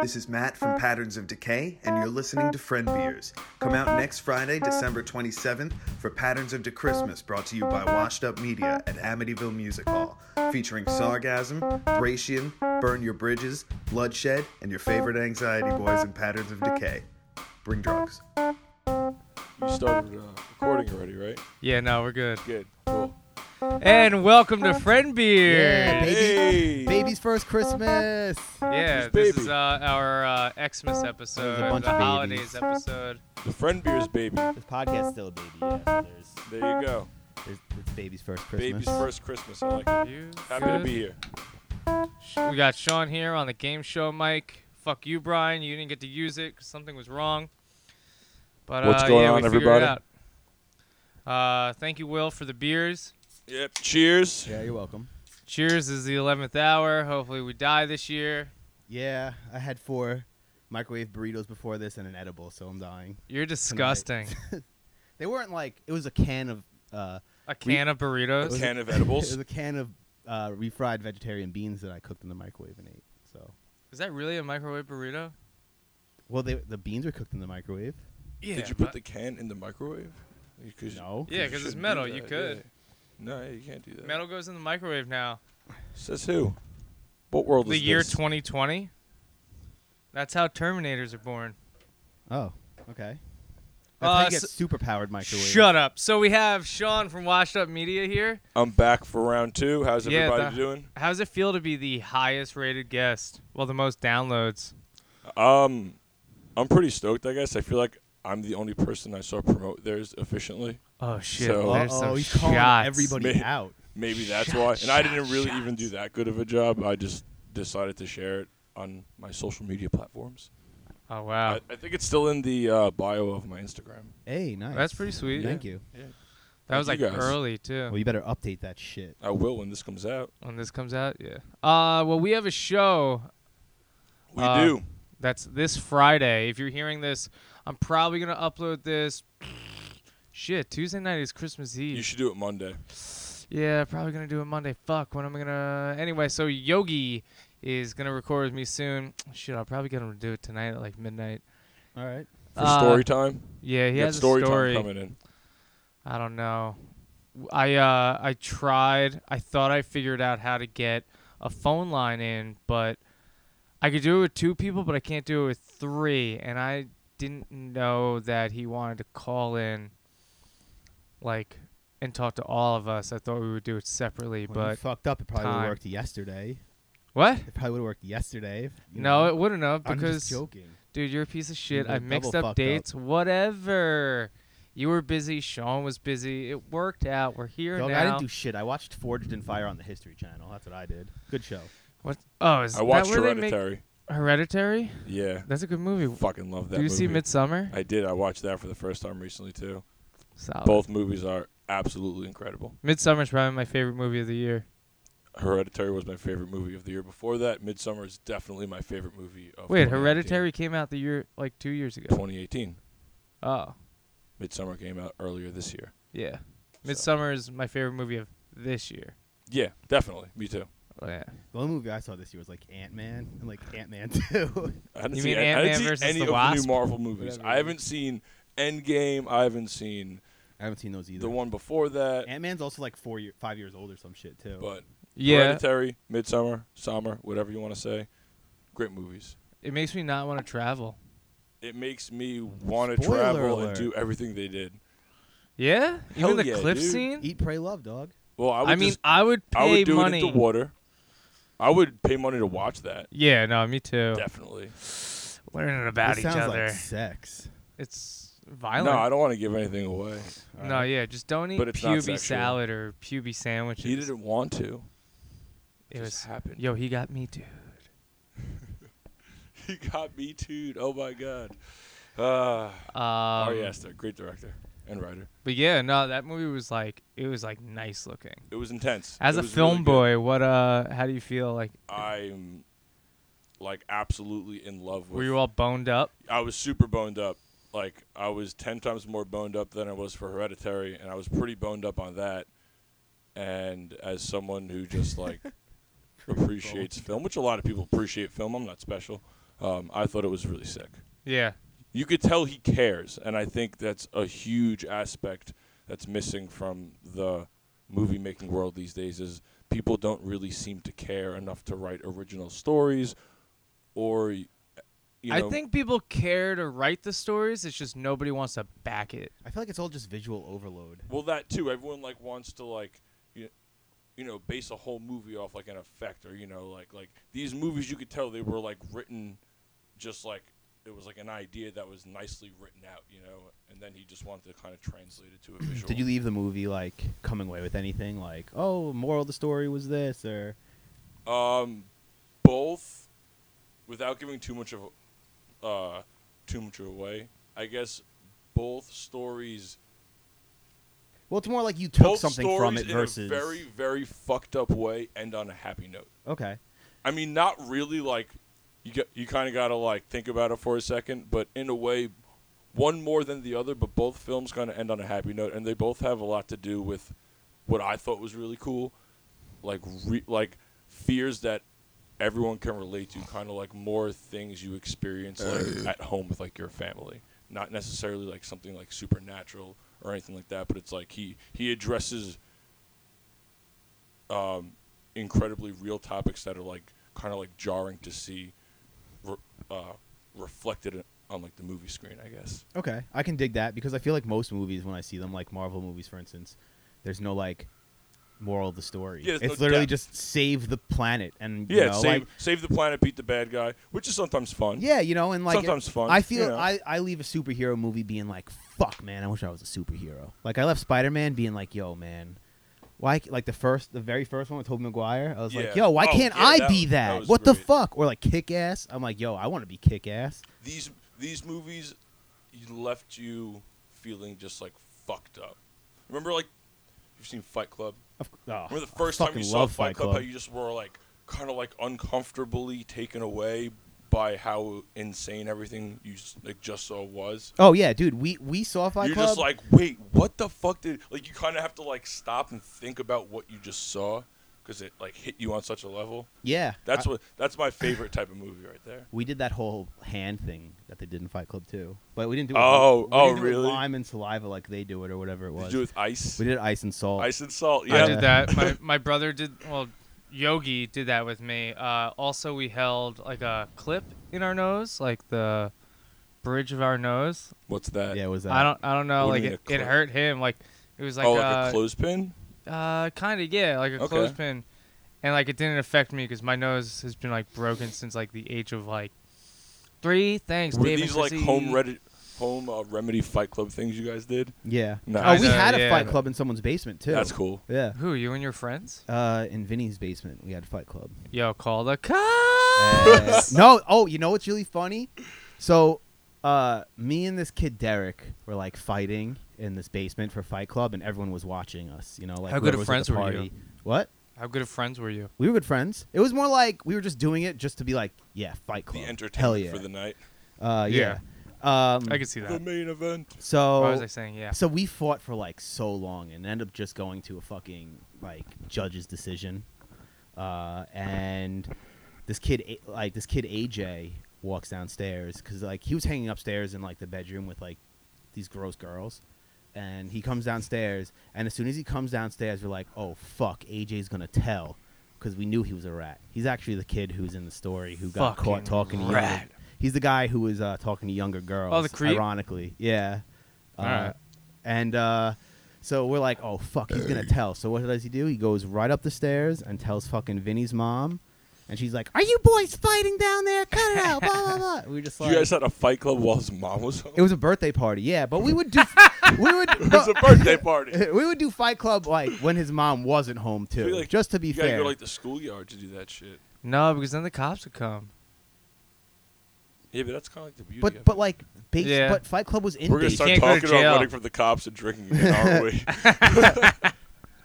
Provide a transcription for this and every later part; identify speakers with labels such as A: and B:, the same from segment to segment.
A: This is Matt from Patterns of Decay, and you're listening to Friend Beers. Come out next Friday, December 27th, for Patterns of Dechristmas, brought to you by Washed Up Media at Amityville Music Hall, featuring Sargasm, Thracian, Burn Your Bridges, Bloodshed, and your favorite anxiety boys in Patterns of Decay. Bring drugs.
B: You started uh, recording already, right?
C: Yeah, no, we're good.
B: Good. Cool.
C: And welcome to Friend
D: Yeah,
C: Beer.
D: baby.
B: Hey!
D: Baby's first Christmas.
C: Yeah,
B: Who's
C: this
B: baby?
C: is uh, our uh, Xmas episode,
D: There's a bunch
C: the
D: of babies.
C: holidays episode.
B: The friend beer's baby.
D: This podcast's still a baby. Yeah, so there's,
B: There you go.
D: there's it's baby's first Christmas.
B: Baby's first Christmas. I like it.
C: You
B: Happy to
C: good?
B: be here.
C: We got Sean here on the game show mic. Fuck you, Brian. You didn't get to use it 'cause something was wrong. But
B: What's
C: uh,
B: going
C: yeah,
B: on,
C: we figured it
B: everybody?
C: out. Uh, thank you, Will, for the beers.
B: Yep. Cheers.
D: Yeah, you're welcome.
C: Cheers this is the 11th hour. Hopefully, we die this year.
D: Yeah, I had four microwave burritos before this and an edible, so I'm dying.
C: You're disgusting.
D: They weren't like it was a can of uh,
C: A can of
B: A
C: burritos.
B: can of
D: it
B: edibles.
D: was a can of uh, refried vegetarian beans that I cooked in the microwave and ate. So
C: Is that really a microwave burrito?
D: well, they, the beans were cooked in the microwave.
C: Yeah.
B: Did you put the can in the microwave? You- Cause you-
D: No.
C: Yeah,
B: you
C: 'cause it's
B: shouldn't do
C: metal, you
B: that,
C: could.
B: yeah. No, yeah, you can't do that.
C: metal goes in the microwave now?
B: Says who? What world
C: the
B: is
C: year
B: this?
C: 2020. That's how Terminators are born.
D: Oh, okay. That's
C: Uh,
D: how you get
C: s-
D: super powered microwave.
C: Shut up. So we have Sean from Washed Up Media here.
B: I'm back for round two. How's
C: Yeah,
B: everybody
C: the-
B: doing?
C: How's it feel to be the highest rated guest? Well, the most downloads.
B: Um, I'm pretty stoked. I guess I feel like I'm the only person I saw promote theirs efficiently.
C: Oh shit!
B: So-
C: There's
D: Uh-oh,
C: some
D: he's calling
C: shots.
D: everybody
B: Man.
D: out.
B: Maybe that's why. And I didn't really even do that good of a job. I just decided to share it on my social media platforms.
C: Oh wow.
B: I, I think it's still in the uh, bio of my Instagram.
D: Hey, nice.
C: That's pretty sweet.
D: Thank you.
C: That was like
B: Thank you guys.
C: early too.
D: Well, you better update that shit.
B: I will when this comes out.
C: when this comes out, yeah. Uh, well, we have a show
B: We
C: Uh,
B: do.
C: That's this Friday. If you're hearing this, I'm probably gonna upload this. Shit, Tuesday night is Christmas Eve.
B: You should do it Monday.
C: yeah, probably gonna do it Monday. Fuck, when am I gonna? Anyway, so Yogi is gonna record with me soon. Shit, I'll probably get him to do it tonight at like midnight.
D: All right.
B: For
C: Uh,
B: story time?
C: Yeah, he
B: You got
C: has
B: story,
C: a story.
B: time coming in.
C: I don't know. I uh I tried. I thought I figured out how to get a phone line in, but I could do it with two people, but I can't do it with three. And I didn't know that he wanted to call in, like, and talk to all of us. I thought we would do it separately,
D: When you
C: but
D: fucked up, it probably would
C: time.
D: have worked yesterday.
C: what?
D: It probably would have worked yesterday. if, you
C: No,
D: know,
C: it wouldn't have
D: I'm
C: because
D: just joking.
C: Dude, you're a piece of shit.
D: were
C: I mixed
D: double
C: up
D: fucked up.
C: dates. Whatever. You were busy. Sean was busy. It worked out. We're here
D: Dog,
C: now.
D: I didn't do shit. I watched Forged in Fire on the History Channel. That's what I did. Good show.
C: what? Oh, is
B: I watched
C: that where they make-
B: Hereditary.
C: Hereditary?
B: Yeah.
C: That's a good movie.
B: Fucking love that
C: Did you
B: movie.
C: see Midsummer?
B: I did. I watched that for the first time recently, too.
C: Solid.
B: Both movies are absolutely incredible.
C: Midsummer is probably my favorite movie of the year.
B: Hereditary was my favorite movie of the year. Before that, Midsummer is definitely my favorite movie of
C: Wait,
B: 2019.
C: Hereditary came out the year like two years ago.
B: 2018.
C: Oh,
B: Midsummer came out earlier this year.
C: yeah. Midsummer is my favorite movie of this year.
B: Yeah, definitely. Me too.
C: Oh, yeah.
D: The only movie I saw this year was like Ant Man and like Ant Man Two.
B: I didn't
C: You
B: see,
C: mean
B: I- I
C: Ant-Man
B: didn't see
C: versus
B: any
C: the
B: of the
C: Wasp?
B: new Marvel movies.
C: Whatever it
B: I haven't seen Endgame. I haven't seen
D: I haven't seen those either.
B: the one before that.
D: Ant Man's also like four, year, five years old or some shit too.
B: But
C: Yeah.
B: Hereditary, Midsummer, Summer, whatever you want to say, great movies.
C: It makes me not want to travel.
B: It makes me want to
D: Spoiler
B: travel and
D: alert.
B: do everything they did.
C: Yeah?
B: Hell
C: Even the
B: yeah,
C: cliff
B: dude.
C: scene?
D: Eat, pray, love, dog.
B: Well, I would
C: I mean,
B: just,
C: I would pay
B: I would do
C: money.
B: it in the water. I would pay money to watch that.
C: Yeah, no, me too.
B: Definitely.
C: Learning about
D: this
C: each
D: sounds
C: other.
D: like sex.
C: it's violent.
B: No, I don't want to give anything away.
C: No, yeah, just don't eat
B: But it's not
C: puby
B: sexual.
C: salad or puby sandwiches.
B: He didn't want to.
C: It
B: just
C: was
B: happened.
C: Yo, he got me too.
B: He got me too. Oh my god. Uh,
C: Um,
B: Ari Aster, great director and writer.
C: But yeah, no, that movie was like it was like nice looking.
B: It was intense.
C: As
B: It
C: a
B: was
C: film
B: really good.
C: boy, what uh, how do you feel? Like,
B: I'm like absolutely in love with.
C: were you all boned up?
B: I was super boned up. Like I was ten times more boned up than I was for Hereditary, and I was pretty boned up on that. and as someone who just like appreciates film, which a lot of people appreciate film, I'm not special. Um, I thought it was really sick.
C: Yeah.
B: You could tell he cares, and I think that's a huge aspect that's missing from the movie making world these days is people don't really seem to care enough to write original stories or you know
C: I think people care to write the stories. It's just nobody wants to back it.
D: I feel like it's all just visual overload.
B: Well, that too. Everyone like wants to like you, you know, base a whole movie off like an effect or you know, like like these movies. You could tell they were like written, just like it was like an idea that was nicely written out, you know. And then he just wanted to kind of translate it to a visual.
D: Did you leave the movie like coming away with anything like, oh, moral of the story was this or
B: Um, both, without giving too much of, uh, too much away. I guess both stories
D: well, it's more like you took
B: both
D: something
B: stories
D: from it
B: in
D: versus
B: a very very fucked up way end on a happy note.
D: okay.
B: I mean, not really. Like you, get, you kind of gotta like think about it for a second. But in a way, one more than the other. But both films kind of end on a happy note, and they both have a lot to do with what I thought was really cool, like re- like fears that everyone can relate to. Kind of like more things you experience like at home with like your family, not necessarily like something like supernatural or anything like that. But it's like he he addresses um, incredibly real topics that are like kind of like jarring to see re- uh, reflected in- on like the movie screen, I guess.
D: Okay, I can dig that because I feel like most movies when I see them, like Marvel movies, for instance, there's no like moral of the story.
B: Yeah, there's
D: it's
B: no
D: literally
B: depth.
D: just save the planet and you
B: Yeah,
D: know,
B: save
D: like,
B: save the planet, beat the bad guy, which is sometimes fun.
D: yeah, you know, and like
B: Sometimes fun,
D: I feel
B: you know.
D: I I leave a superhero movie being like, fuck, man, I wish I was a superhero. Like I left Spider Man being like, yo, man. Why, c- like the first, the very first one with Tobey Maguire, I was like,
B: Yeah.
D: "Yo, why
B: Oh,
D: can't
B: yeah,
D: I
B: that
D: be
B: was-
D: that?
B: that was
D: what the
B: great.
D: fuck?" Or like Kick Ass, I'm like, "Yo, I want to be Kick Ass."
B: These these movies you left you feeling just like fucked up. Remember like you've seen Fight Club?
D: Of c- oh,
B: Remember the
D: I
B: first time you
D: fucking
B: saw
D: love
B: Fight Club, how you just were like kind of like uncomfortably taken away by how insane everything you s- like just saw was.
D: oh yeah, dude, we we saw Fight
B: You're
D: Club.
B: just like, wait, what the fuck did like? You kind of have to like stop and think about what you just saw because it like hit you on such a level.
D: yeah,
B: That's what that's my favorite type of movie right there.
D: We did that whole hand thing that they did in Fight Club too, but we didn't do it.
B: Oh,
D: we
B: oh,
D: didn't do it
B: really?
D: lime and saliva like they do it or whatever it
B: Did you
D: was.
B: do it with ice,
D: we did ice and salt.
B: ice and salt.
C: I
B: Yeah,
C: did that. My my brother did well. Yogi did that with me. Uh, also, we held like a clip in our nose, like the bridge of our nose.
B: What's that?
D: Yeah, it was that?
C: I don't I don't know.
B: What
C: Like
B: do you mean
C: it,
B: a
C: it
B: clip?
C: hurt him. Like it was like,
B: oh,
C: uh,
B: like a clothespin.
C: uh, kind of yeah, like a
B: Okay.
C: clothespin, and like it didn't affect me because my nose has been like broken since like the age of like three. Thanks,
B: Were
C: Dave and
B: these like
C: Chrissy.
B: home redi- home uh, remedy Fight Club things you guys did?
D: Yeah.
B: Nice.
D: Oh, we
C: Uh,
D: had a
C: yeah.
D: Fight Club in someone's basement too.
B: That's cool.
D: Yeah.
C: Who you and your friends?
D: Uh, in Vinny's basement, we had Fight Club.
C: Yo, call the
D: Uh,
C: cops.
D: no, oh, you know what's really funny? So, uh, me and this kid Derek were like fighting in this basement for Fight Club, and everyone was watching us. You know, like
C: How good
D: whoever
C: of
D: was at
C: friends
D: the
C: were you?
D: party. What?
C: How good of friends were you?
D: We were good friends. It was more like we were just doing it just to be like, yeah, Fight
B: The
D: Club. Hell
B: entertainment
D: yeah.
B: for the night.
D: uh, yeah.
C: Yeah.
D: Um,
C: I could see that.
B: The main event.
D: so
C: Why was I saying yeah?
D: so we fought for like so long and ended up just going to a fucking like judge's decision. Uh, and this kid A- like this kid AJ walks downstairs cuz like he was hanging upstairs in like the bedroom with like these gross girls. And he comes downstairs and as soon as he comes downstairs we're like, "Oh fuck, AJ's going to tell." Cuz we knew he was a rat. He's actually the kid who's in the story who got
C: Fucking
D: caught talking to younger.
C: rat. Oh,
D: He's the guy who was uh, talking to younger girls.
C: the creep?
D: Ironically, yeah. Uh,
C: Alright.
D: And uh, so we're like, oh fuck, he's gonna tell. So what does he do? He goes right up the stairs and tells fucking Vinny's mom, and she's like, "Are you boys fighting down there? Cut it out!" Blah blah blah. We were just like,
B: you guys had a Fight Club while his mom was home.
D: it was a birthday party, yeah. But we would do, we would,
B: It was a birthday party.
D: we would do Fight Club like when his mom wasn't home
B: I
D: too,
B: feel like
D: just to be
B: you
D: fair.
B: gotta go like the schoolyard to do that shit.
C: No, because then the cops would come.
B: Yeah, but that's kind of like the beauty. of
D: but
B: it.
D: but like, base,
C: Yeah.
D: but Fight Club was in.
B: we're gonna
D: base-
B: start
C: can't go to
B: talking about
C: jail.
B: running from the cops and drinking again, aren't we?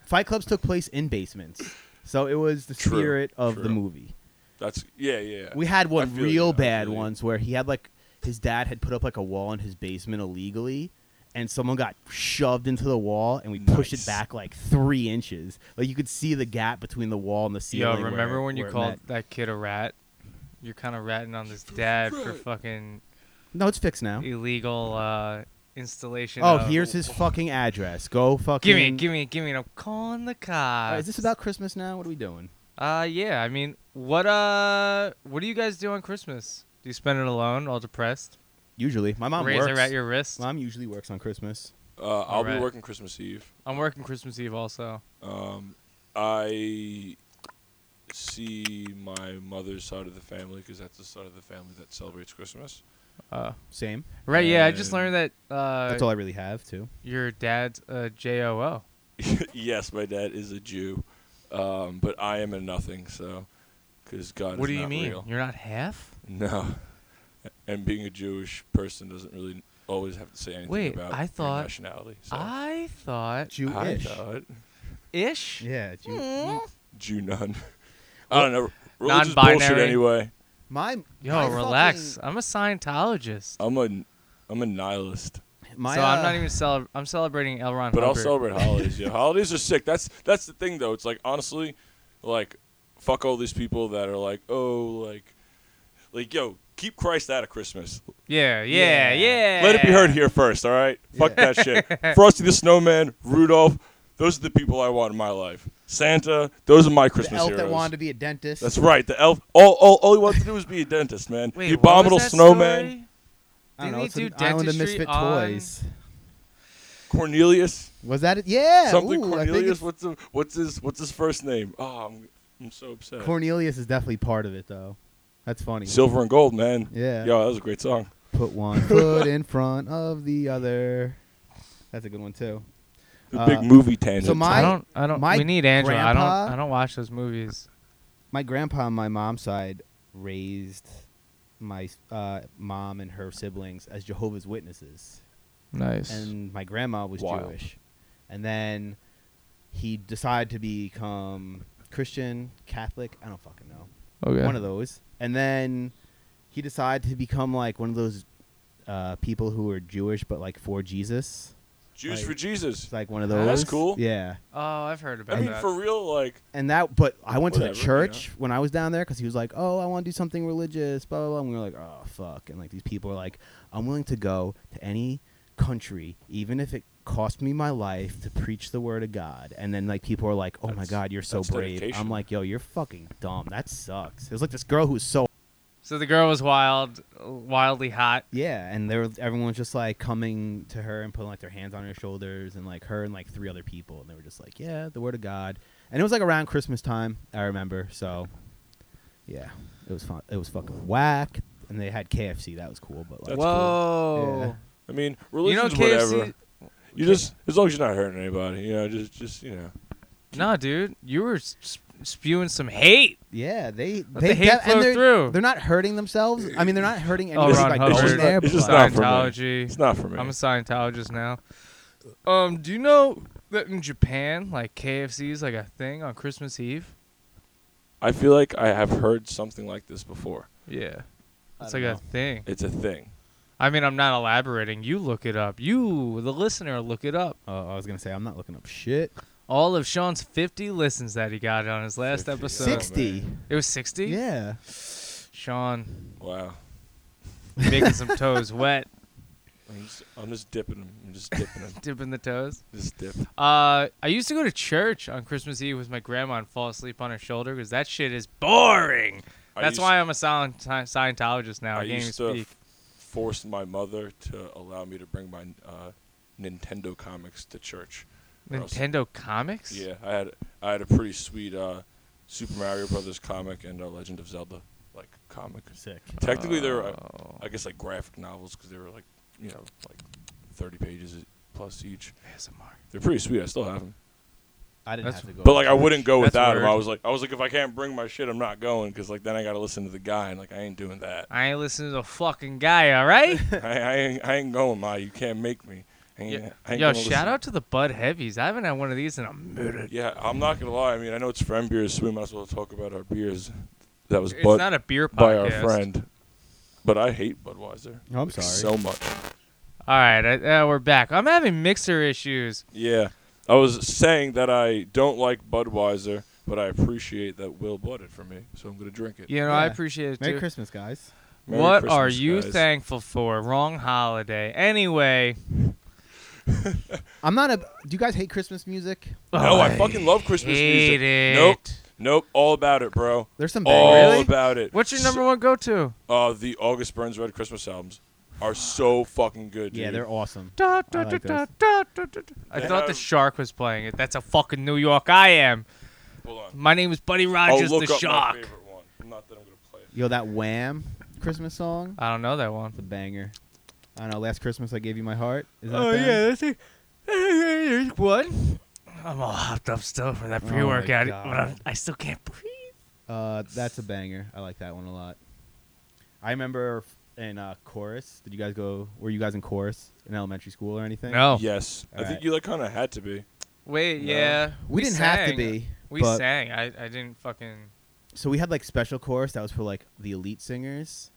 D: Fight Clubs took place in basements, so it was the
B: True,
D: spirit of the
B: true.
D: movie.
B: That's yeah, yeah.
D: We had
B: I
D: one
B: feel
D: real
B: you, I
D: bad
B: feel you.
D: once where he had like his dad had put up like a wall in his basement illegally, and someone got shoved into the wall and we pushed it
B: Nice.
D: back like three inches. Like you could see the gap between the wall and the
C: Yo,
D: ceiling. where-
C: remember when you
D: where it
C: called
D: met.
C: that kid a rat? You're kind of ratting on this dad for
B: rat.
C: fucking
D: No, it's fixed now.
C: illegal uh, installation.
D: Oh,
C: of-
D: here's his fucking address. Go fucking.
C: Give me, it, give me, it, give me. it. I'm calling the
D: Uh,
C: cops.
D: is this about Christmas now? What are we doing?
C: Uh, yeah. I mean, what uh, what do you guys do on Christmas? Do you spend it alone, all depressed?
D: Usually, my mom
C: Razor
D: works.
C: at your wrist.
D: Mom usually works on Christmas.
B: Uh, I'll
C: Alright.
B: be working Christmas Eve.
C: I'm working Christmas Eve also.
B: Um, I see my mother's side of the family because that's the side of the family that celebrates Christmas.
C: Uh,
D: Same.
C: right. Yeah, I just
B: And-
C: learned that uh,
D: That's all I really have too.
C: your dad's a JOO.
B: yes, my dad is a Jew, um, but I am a nothing. So, because God
C: What
B: is
C: do you
B: not
C: mean?
B: real.
C: You're not half?
B: No, and being a Jewish person doesn't really always have to say anything
C: Wait,
B: about
C: I
B: your
C: thought-
B: nationality. So.
C: I thought
B: I
D: Jewish.
B: thought
C: ish.
D: Yeah, Jew.
C: Mm.
B: Jew none. I don't know. Religion's bullshit
C: Non-binary.
B: anyway.
D: My
C: Yo,
D: my
C: relax.
D: fucking-
C: I'm a Scientologist.
B: I'm a I'm a nihilist.
D: my,
C: so I'm
D: uh,
C: not even celebrating. I'm celebrating L. Ron
B: But I'll
C: Hubbard.
B: celebrate holidays. Yeah, holidays are sick. That's that's the thing though. It's like honestly, like fuck all these people that are like, oh, like, like yo, keep Christ out of Christmas.
C: Yeah, yeah, yeah.
D: Yeah.
B: Let it be heard here first. All right, fuck that shit. Frosty the Snowman, Rudolph, those are the people I want in my life. Santa, those are my
D: The
B: Christmas
D: elf
B: heroes.
D: that wanted to be a dentist.
B: That's right. The elf. All, all, all he wanted to do was be a dentist, man.
C: Wait,
B: the
C: what was
B: abominable
C: that
B: snowman,
C: story?
D: I don't
C: Didn't
D: know.
C: he
D: It's
C: do
D: an Island of
C: dentistry
D: Misfit
C: on-
D: Toys.
B: Cornelius.
D: Was that it? Yeah.
B: Something
D: ooh, I think
B: Cornelius.
D: it's-
B: What's the, what's his what's his first name? Oh, I'm, I'm so upset.
D: Cornelius is definitely part of it though. That's funny.
B: Silver and gold, man.
D: Yeah.
B: Yo, that was a great song.
D: Put one foot in front of the other. That's a good one too.
B: The
D: Uh,
B: big movie tangent.
D: so my-
C: I don't. I don't.
D: my
C: We need Andrew. I
D: grandpa-
C: don't. I don't watch those movies.
D: My grandpa on my mom's side raised my uh, mom and her siblings as Jehovah's Witnesses.
C: Nice.
D: and my grandma was
B: Wild.
D: Jewish. And then he decided to become Christian, Catholic, I don't fucking know.
C: okay.
D: One of those. And then he decided to become like one of those uh, people who are Jewish but like for Jesus.
B: Jews
D: like-
B: for Jesus.
D: It's like one of those.
B: That's cool.
D: Yeah.
C: oh, I've heard about
B: I mean,
C: that.
B: for real, like
D: And that, but I went to
B: Whatever,
D: the
B: you
D: church when I was down there because he was like, "Oh, I want to do something religious," blah blah blah. And we were like, "Oh fuck!" And like these people are like, "I'm willing to go to any country, even if it cost me my life, to preach the word of God." And then like people are like, "Oh my
B: That's-
D: god, you're so
B: that's
D: brave."
B: dedication.
D: I'm like, "Yo, you're fucking dumb. That sucks." It was like this girl who was so
C: so the girl was wild, wildly hot.
D: yeah, and there everyone was just like coming to her and putting like their hands on her shoulders and like her and like three other people, and they were just like, "Yeah, the word of God." And it was like around Christmas time, I remember. So, yeah, it was fun. It was fucking whack, and they had KFC. That was cool, but like,
B: That's
C: Whoa.
B: I mean,
C: You know
B: religion's
C: KFC.
B: whatever. You just as long as you're not hurting anybody, you know, just just you know.
C: Nah, dude, you were s- spewing some hate.
D: yeah, they they
C: the hate
D: def-
C: flow
D: and they're,
C: through.
D: They're not hurting themselves. I mean, they're not hurting
C: Oh,
D: anyone
B: It's-
C: Ron
D: by
B: it's
D: going
B: just-
C: Hubbard.
D: there.
B: it's
D: but,
B: just not
D: like,
B: for me.
C: Scientology.
B: It's not for me.
C: I'm a Scientologist now. Um, do you know that in Japan, like KFC is like a thing on Christmas Eve?
B: I feel like I have heard something like this before.
C: Yeah,
D: I
C: it's like
D: don't
C: a
D: know.
C: thing.
B: It's a thing.
C: I mean, I'm not elaborating. You look it up. You, the listener, look it up.
D: Oh, I was gonna say I'm not looking up shit.
C: All of Sean's 50 listens that he got on his last
B: 50, yeah.
C: episode.
B: Six-
D: Sixty.
C: It was 60.
D: yeah.
C: Sean
B: Wow.
C: making some toes wet,
B: I'm just, I'm just dipping them. I'm just dipping them.
C: dipping the toes.
B: just dip.
C: Uh, I used to go to church on Christmas Eve with my grandma and fall asleep on her shoulder because that shit is boring.
B: I
C: That's
B: used-
C: why I'm a silent Scientologist now. I,
B: I
C: can't even
B: used to
C: speak.
B: f- force my mother to allow me to bring my uh, Nintendo comics to church. or else-
C: Nintendo comics?
B: Yeah, I had I had a pretty sweet uh, Super Mario Brothers comic and uh, Legend of Zelda like comic.
D: Sick.
B: Technically, they were uh,
C: Oh.
B: I guess like graphic novels because they were like you know like 30 pages e- plus each.
C: ASMR.
B: They're pretty sweet. I still have them.
D: I didn't
C: That's-
D: have to go.
B: But
D: to
B: like I wouldn't go
C: That's
B: without him. I
C: weird.
B: was like I was like if I can't bring my shit, I'm not going because like then I gotta listen to the guy and like I ain't doing that.
C: I ain't listening to a fucking guy, all right?
B: I, I ain't I ain't going, Ma. You can't make me. I ain't,
C: Yo-
B: I ain't
C: Yo,
B: gonna
C: shout
B: listen.
C: out to the Bud Heavies. I haven't had one of these in a minute.
B: Yeah, I'm not gonna lie. I mean, I know it's friend beers, so we might as well talk about our beers. That was
C: It's
B: bought
C: not a beer podcast.
B: by our friend, but I hate Budweiser
D: Oh, I'm sorry.
B: so much.
C: All right, I, uh, we're back. I'm having mixer issues.
B: Yeah. I was saying that I don't like Budweiser, but I appreciate that Will bought it for me, so I'm going to drink it.
C: You know, I
D: Yeah.
C: appreciate it too.
D: Merry Christmas, guys.
B: Merry
C: what are
B: Christmas,
C: you
B: guys.
C: thankful for? Wrong holiday. Anyway,
D: I'm not a. Do you guys hate Christmas music?
B: No, I
C: Oh,
B: fucking love Christmas
C: hate
B: music.
C: It.
B: Nope. Nope. All about it, bro.
D: There's some
B: All
D: bangers.
C: Oh, Really?
B: about it.
C: What's your
B: So-
C: number one go-to?
B: Uh, the August Burns Red Christmas albums are so fucking good. Dude.
D: Yeah, they're awesome.
C: Da, da,
D: I
C: da,
D: like
C: da,
D: those.
C: da, da, da. I
B: They
C: thought the
B: have-
C: shark was playing it. That's a fucking New York I am.
B: Hold on.
C: My name is Buddy
B: I'll
C: Rogers,
B: Oh, look
C: the
B: up
C: shark.
B: my favorite one. Not that I'm gonna play it.
D: Yo, that Wham Christmas song,
C: I don't know that one.
D: the banger. I don't know. Last Christmas I gave you my heart. Is that
C: Oh
D: them?
C: yeah, that's it. There's one. I'm all hopped up still from that
D: Oh my
C: pre-workout, but
D: God.
C: I'm, I still can't breathe.
D: Uh, that's a banger. I like that one a lot. I remember f- in uh, chorus. Did you guys go? Were you guys in chorus in elementary school or anything?
C: No,
B: Yes, I think
D: Alright.
B: you like kind of had to be.
C: wait,
B: No.
C: yeah,
D: we, didn't have to
C: sang.
D: be.
C: We
D: but-
C: sang. I, I didn't fucking.
D: So we had like special chorus that was for like the elite singers,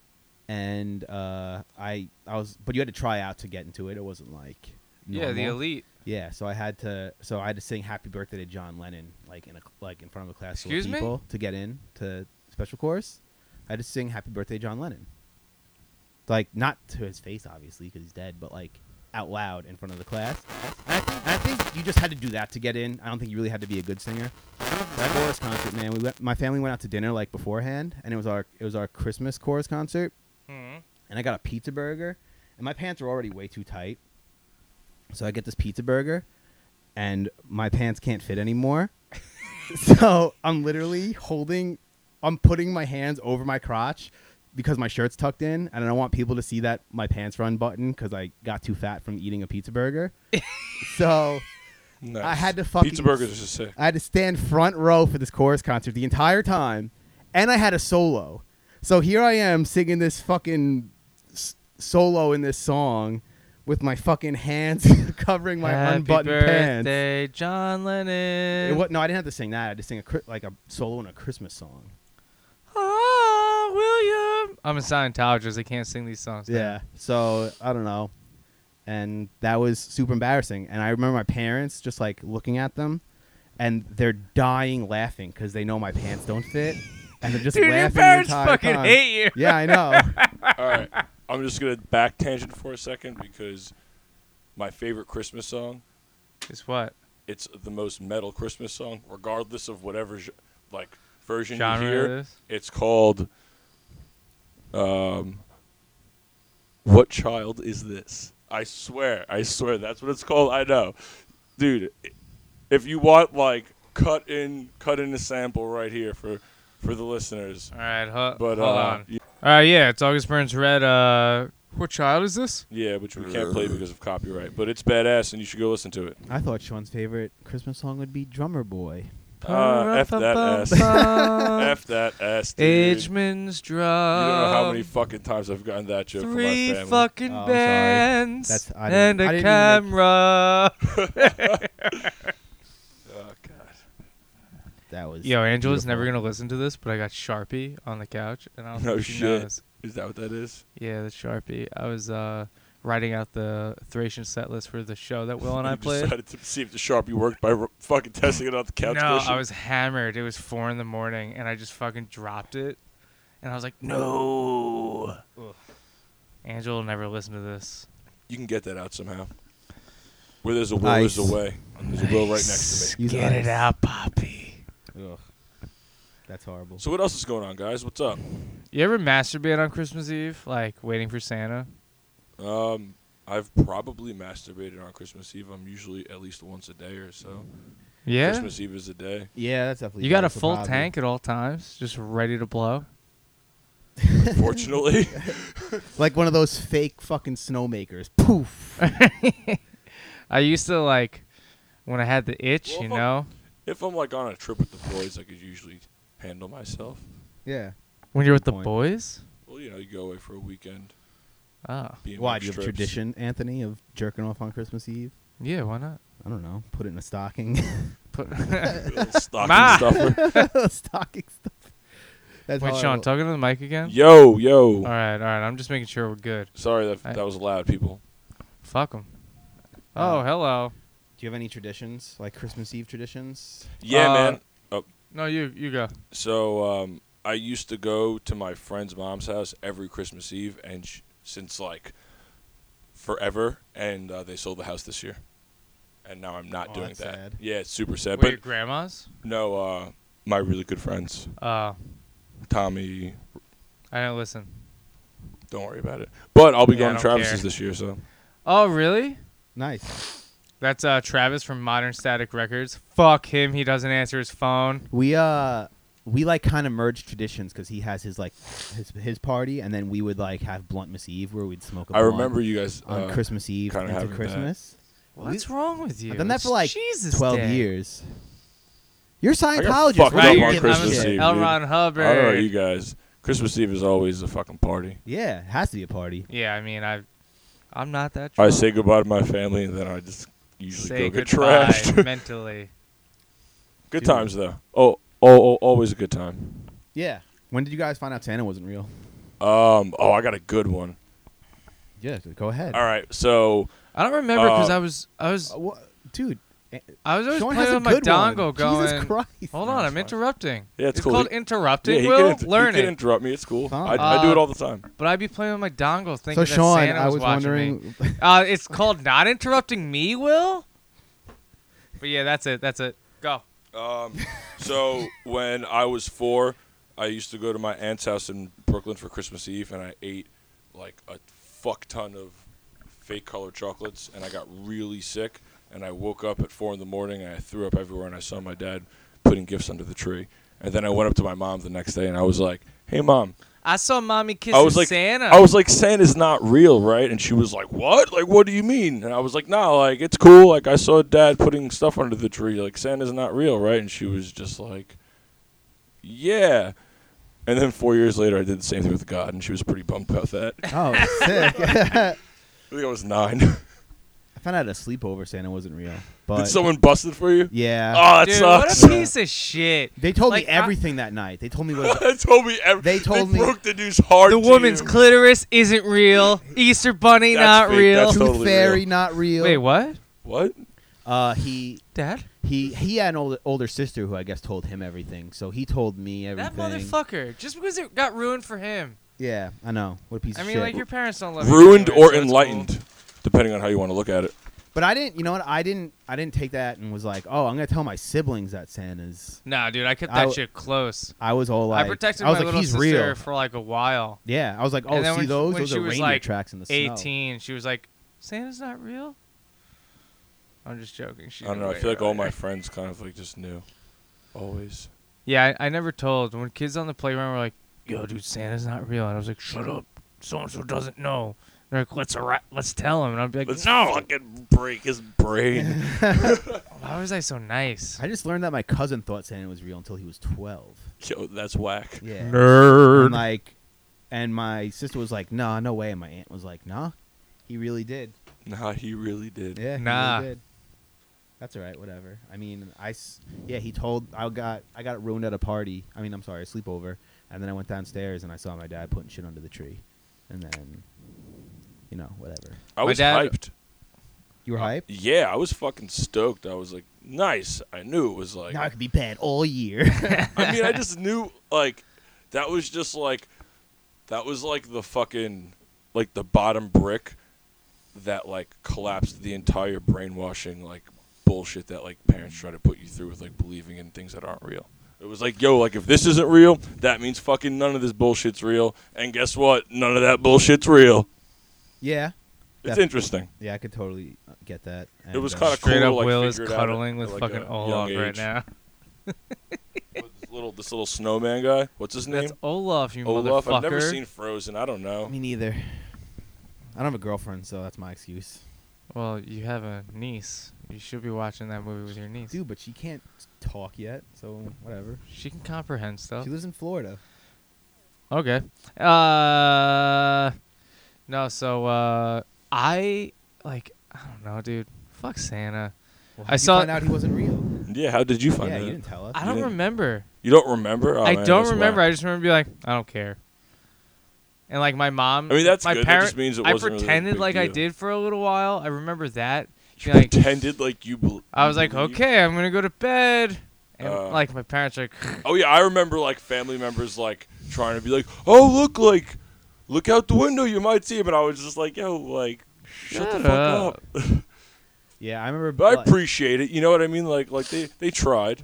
D: and uh, I I was but you had to try out to get into it. It wasn't like
C: Yeah, the
D: normal.
C: elite.
D: Yeah, so I had to so I had to sing Happy Birthday to John Lennon like in a like in front of a class full of
C: Excuse me?
D: people to get in to special chorus. I had to sing Happy Birthday John Lennon. Like not to his face obviously cuz he's dead, but like out loud in front of the class. And I, and I think you just had to do that to get in. I don't think you really had to be a good singer. That chorus concert, man. We went, my family went out to dinner like beforehand and it was our it was our Christmas chorus concert
C: Mhm.
D: and I got a pizza burger, and my pants were already way too tight. So I get this pizza burger, and my pants can't fit anymore. so I'm literally holding, I'm putting my hands over my crotch because my shirt's tucked in, and I don't want people to see that my pants are unbuttoned because I got too fat from eating a pizza burger. so
B: Nice.
D: I had to fucking
B: pizza burgers are just sick.
D: I had to stand front row for this chorus concert the entire time, and I had a solo. So here I am singing this fucking s- solo in this song with my fucking hands covering my
C: Happy
D: unbuttoned pants.
C: birthday, John Lennon.
D: It wa- no, I didn't have to sing that. I had to sing a cri- like a solo in a Christmas song.
C: Oh, William. I'm a Scientologist. I can't sing these songs.
D: Yeah. So I don't know, and that was super embarrassing. And I remember my parents just like looking at them, and they're dying laughing because they know my pants don't fit, and they're just
C: Dude,
D: laughing
C: your
D: the
C: parents
D: entire
C: fucking
D: time.
C: hate you.
D: Yeah, I know.
B: All right, I'm just gonna back tangent for a second because my favorite Christmas song.
C: It's what?
B: It's the most metal Christmas song, regardless of whatever ge- like version
C: Genre
B: you
C: it
B: hear.
C: is?
B: It's called um What Child Is This? I swear, I swear that's what it's called. I know. Dude, i- if you want like cut in cut in a sample right here for for the listeners.
C: All right, hu-
B: But
C: hold
B: uh
C: on.
B: y-
C: All right, yeah, it's August Burns Red. Uh, what child is this?
B: yeah, which we can't play because of copyright, but it's badass and you should go listen to it.
D: I thought Sean's favorite Christmas song would be Drummer Boy.
B: Uh, F that ass. F that ass, dude. You
C: Ageman's drum.
B: don't know how many fucking times I've gotten that joke
C: Three
B: from my family.
C: fucking
D: Oh, I'm sorry.
C: bands
D: That's- I
C: and
D: didn't- I
C: a
D: didn't even
C: camera.
B: Oh, God.
D: That was
C: Yo, Angela's never
D: beautiful.
C: gonna listen to this, but I got Sharpie on the couch, and I don't
B: No
C: think she
B: shit.
C: knows.
B: Is that what that is?
C: Yeah, the Sharpie. I was uh, writing out the Thracian set list for the show that Will and I
B: You
C: played.
B: decided to see if the sharpie worked by r- fucking testing it out the
C: No,
B: couch cushion.
C: I was hammered. It was four in the morning, and I just fucking dropped it. And I was like, no. Angela will never listen to this.
B: You can get that out somehow. Where there's a will, there's
D: Nice.
B: a way. And there's a will right next to me.
D: Use
C: Get
D: ice.
C: it out, Poppy.
D: Ugh. That's horrible.
B: So what else is going on, guys? What's up?
C: You ever masturbate on Christmas Eve, like waiting for Santa?
B: Um, I've probably masturbated on Christmas Eve. I'm usually at least once a day or so.
C: Yeah.
B: Christmas Eve is a day.
D: yeah, that's definitely.
C: You got a
D: that's
C: full
D: problem.
C: tank at all times, just ready to blow.
B: Fortunately,
D: like one of those fake fucking snowmakers. Poof.
C: I used to like when I had the itch,
B: Well,
C: you
B: fuck.
C: know,
B: if I'm like on a trip with the boys, I could usually handle myself.
D: yeah.
C: when you're with the
D: Point.
C: boys.
B: Well, you know, you go away for a weekend.
C: Oh,
B: Be in
D: Why
B: big
D: do you have a
B: strips.
D: tradition, Anthony, of jerking off on Christmas Eve?
C: yeah, why not?
D: I don't know. Put it in a stocking.
C: Put
B: Little stocking
C: Ma!
B: stuffer.
D: stocking stuff. That's
C: Wait, Sean,
D: horrible.
C: talking to the mic again?
B: Yo, yo.
C: All right, all right. I'm just making sure we're good.
B: Sorry that
C: I-
B: that was loud, people.
C: Fuck them. Oh,
D: Uh,
C: hello.
D: Do you have any traditions, like Christmas Eve traditions?
B: Yeah,
C: Uh,
B: man.
C: No, you you go.
B: So um, I used to go to my friend's mom's house every Christmas Eve, and sh- since like forever, and uh, they sold the house this year, and now I'm not
D: Oh,
B: doing
D: that's
B: that.
D: sad.
B: Yeah, it's super sad.
C: Wait, your
B: But
C: grandma's?
B: no, uh, my really good friends,
C: Uh,
B: Tommy.
C: I didn't listen.
B: Don't worry about it. But I'll be
C: Yeah, I
B: going to
C: don't
B: Travis's
C: care.
B: this year, so
C: Oh, really?
D: Nice.
C: That's uh, Travis from Modern Static Records. Fuck him. He doesn't answer his phone.
D: We uh we like kind of merged traditions because he has his like his his party, and then we would like have Bluntmas Eve where we'd smoke. a
B: I
D: blunt
B: remember you guys.
D: on
B: uh,
D: Christmas Eve
B: kinda
D: into
B: having that.
D: Christmas.
C: What's wrong with you?
D: I've done that
C: It's
D: for like
C: Jesus
D: twelve
C: Day.
D: years. You're a
B: I got
D: Scientologist.
B: fucked
D: what do
B: up
D: you
B: on
D: give a
B: Christmas
D: shit?
B: Eve, dude.
C: L. Ron
B: I
C: Hubbard.
B: don't know you guys. Christmas Eve is always a fucking party.
D: Yeah, it has to be a party.
C: Yeah, I mean, I, I'm not that.
B: I
C: drunk.
B: say goodbye to my family, and then I just usually
C: say
B: go get
C: goodbye
B: trashed.
C: mentally.
B: Good
D: Dude.
B: times though. Oh, oh, oh, always a good time.
D: Yeah. When did you guys find out Santa wasn't real?
B: Um, oh, I got a good one.
D: Yeah, go ahead.
B: All right, so
C: I don't remember because
B: Uh,
C: I was I was
D: Uh, wha- dude. eh,
C: I was always
D: Sean has
C: playing
D: a
C: with my
D: good one.
C: dongo
D: Jesus
C: going.
D: Christ.
C: Hold
D: No,
C: on,
D: it's
C: I'm
D: fine.
C: interrupting.
B: Yeah, it's cool.
C: called
B: He-
C: interrupting.
B: yeah, he
C: Will
B: can, int-
C: learn
B: he
C: it.
B: can interrupt me. It's cool.
D: Fine.
B: I, I do
C: Uh,
B: it all the time.
C: but I'd be playing with my dongle, thinking
D: So
C: that
D: Sean,
C: Santa
D: I was
C: watching me.
D: wondering.
C: Uh, it's called not interrupting me, Will. But yeah, that's it. That's it. Go.
B: Um, so when I was four, I used to go to my aunt's house in Brooklyn for Christmas Eve, and I ate like a fuck ton of fake colored chocolates, and I got really sick. And I woke up at four in the morning, and I threw up everywhere, and I saw my dad putting gifts under the tree. And then I went up to my mom the next day, and I was like, "Hey, mom."
C: I saw mommy kissing
B: I was like,
C: Santa.
B: I was like, Santa's not real, right? And she was like, what? Like, what do you mean? And I was like, nah, like, it's cool. Like, I saw dad putting stuff under the tree. Like, Santa's not real, right? And she was just like, yeah. And then four years later, I did the same thing with God, and she was pretty bummed about that. I
D: oh, sick. I
B: think I was nine.
D: found out at a sleepover Santa wasn't real. But
B: did someone busted for you?
D: yeah.
B: Oh, that
C: Dude,
B: sucks.
C: what a piece of shit.
D: They told
C: Uh, Like,
D: me
C: I-
D: everything that night. They told me what.
B: they told me. Every,
D: They told me-
B: broke the news hard.
C: The
B: to
C: woman's
B: you.
C: clitoris isn't real. Easter bunny
B: That's
C: not
B: fake.
C: real.
B: That's
D: Tooth
B: totally
D: fairy,
B: real.
D: not real.
C: Wait, what?
B: What?
D: Uh, he
C: Dad?
D: he he had an older, older sister who I guess told him everything. So he told me everything.
C: That motherfucker. Just because it got ruined for him.
D: Yeah, I know. What a piece
C: I
D: of
C: mean,
D: shit.
C: like your parents don't love you
B: Ruined
C: anyway, so
B: or
C: it's
B: enlightened,
C: cool.
B: depending on how you want to look at it.
D: but I didn't. You know what? I didn't. I didn't take that and was like, oh, I'm gonna tell my siblings that Santa's.
C: Nah, dude, I kept
D: I
C: that
D: w-
C: shit close.
D: I was all like,
C: I protected
D: was
C: my
D: like,
C: little
D: he's
C: sister
D: real.
C: for like a while.
D: Yeah, I was like, oh,
C: then
D: see
C: when she-
D: those?
C: when
D: those
C: she
D: are
C: was,
D: reindeer
C: like,
D: tracks in the snow.
C: 18. She was like, Santa's not real? I'm just joking. She
B: I don't
C: knew
B: know. I
C: way
B: feel like all my
C: earlier.
B: friends kind of like just knew. Always.
C: Yeah, I, I never told. When kids on the playground were like, yo, dude, Santa's not real. And I was like, shut up. So and so doesn't know. They're like, let's, arra- let's tell him. And I'd be like,
B: Let's
C: no.
B: fucking break his brain.
C: Why was I so nice?
D: I just learned that my cousin thought Santa was real until he was 12.
B: Yo, that's whack.
D: Yeah.
C: Nerd.
D: And like, and my sister was like, nah, no way. And my aunt was like, nah, he really did.
B: Nah, he really did.
D: Yeah, he
C: Nah.
D: really did. That's all right. Whatever. I mean, I s- yeah, he told I got I got ruined at a party. I mean, I'm sorry, a sleepover, and then I went downstairs and I saw my dad putting shit under the tree, and then, you know, whatever.
B: I
C: My
B: was
C: dad-
B: hyped.
D: You
C: Oh,
D: were hyped.
B: Yeah, I was fucking stoked. I was like, nice. I knew it was like.
D: now I could be bad all year.
B: I mean, I just knew like that was just like that was like the fucking like the bottom brick that like collapsed the entire brainwashing like bullshit that like parents try to put you through with like believing in things that aren't real. It was like, yo, like if this isn't real, that means fucking none of this bullshit's real. And guess what? None of that bullshit's real.
D: yeah,
B: It's
D: Def-
B: interesting.
D: Yeah, I could totally uh, get that.
B: It was
D: uh,
B: kinda cool.
C: Straight up,
B: like,
C: Will is
B: figure it out at-
C: cuddling with
B: at, like,
C: fucking
B: a young
C: Olaf right
B: age.
C: now.
B: This little this little snowman guy. What's his name?
C: That's Olaf, you
B: Olaf.
C: motherfucker.
B: I've never seen Frozen. I don't know.
D: Me neither. I don't have a girlfriend, so that's my excuse.
C: Well, you have a niece. You should be watching that movie with your niece.
D: Dude, but she can't talk yet, so whatever.
C: She can comprehend stuff.
D: She lives in Florida.
C: Okay. Uh, no. So, uh, I like. I don't know, dude. Fuck Santa.
D: Well,
C: I saw-
D: Find out he wasn't real.
B: Yeah, how did you find
D: yeah,
B: out?
D: you didn't tell us.
C: I don't
B: didn't-
C: remember.
B: You don't remember? Oh,
C: I
B: man,
C: don't
B: that's
C: remember.
B: whack.
C: I just remember being like, I don't care. And like my mom,
B: I mean, that's
C: my
B: good. That
C: parent-
B: just means it
C: I
B: wasn't really a
C: pretended
B: big
C: like I
B: deal.
C: did for a little while. I remember that.
B: You
C: Like,
B: pretended like you. bel-
C: I
B: you
C: was like,
B: believed-
C: okay, I'm gonna go to bed. And
B: Uh,
C: like my parents are like,
B: Oh yeah, I remember like family members like trying to be like, oh look, like look out the window, you might see him, and I was just like, yo, like shut the
C: Shut
B: fuck
C: up.
B: up.
D: Yeah, I remember.
B: But I
D: like-
B: appreciate it. You know what I mean? Like like they they tried.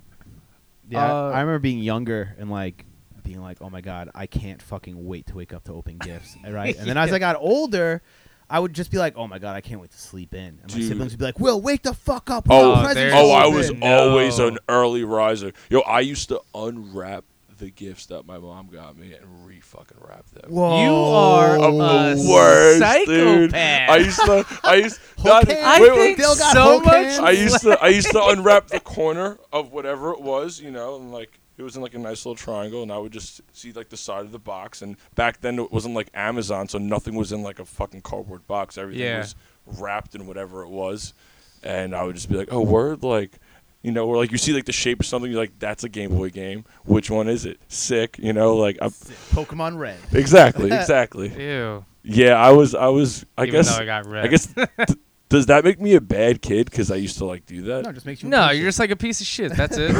D: Yeah,
C: Uh,
D: I remember being younger and like being like, "Oh my god, I can't fucking wait to wake up to open gifts." Right? And then as I got older, I would just be like, "Oh my god, I can't wait to sleep in." And my
B: Dude.
D: siblings would be like, "Will, wake the fuck up!"
B: Oh,
D: the
C: Oh,
D: presents
C: there's-
D: are
B: Oh, I
D: open."
B: was
C: No.
B: always an early riser. Yo, I used to unwrap the gifts that my mom got me and re fucking wrap them.
D: Whoa.
C: you are
B: I'm
C: a
B: the worst,
C: psychopath.
B: dude. I used to. I used. not,
D: Okay.
C: I
B: wait, wait.
C: think
D: Dale got
C: so
D: Hulk
C: much.
D: hands.
B: I used to I used to unwrap the corner of whatever it was, you know, and like it was in like a nice little triangle, and I would just see like the side of the box. And back then it wasn't like Amazon, so nothing was in like a fucking cardboard box. Everything
C: Yeah.
B: was wrapped in whatever it was, and I would just be like, "Oh, word!" Like, you know, or like you see like the shape of something, you're like, "That's a Game Boy game. Which one is it?" Sick, you know, like I'm,
D: Pokemon Red.
B: exactly, exactly.
C: Ew.
B: Yeah, I was, I was, I
C: Even
B: guess,
C: though I got red.
B: I guess. th- Does that make me a bad kid? Because I used to like do that.
D: No, it just makes you.
C: No,
D: appreciate
C: you're just like a piece of shit. That's it.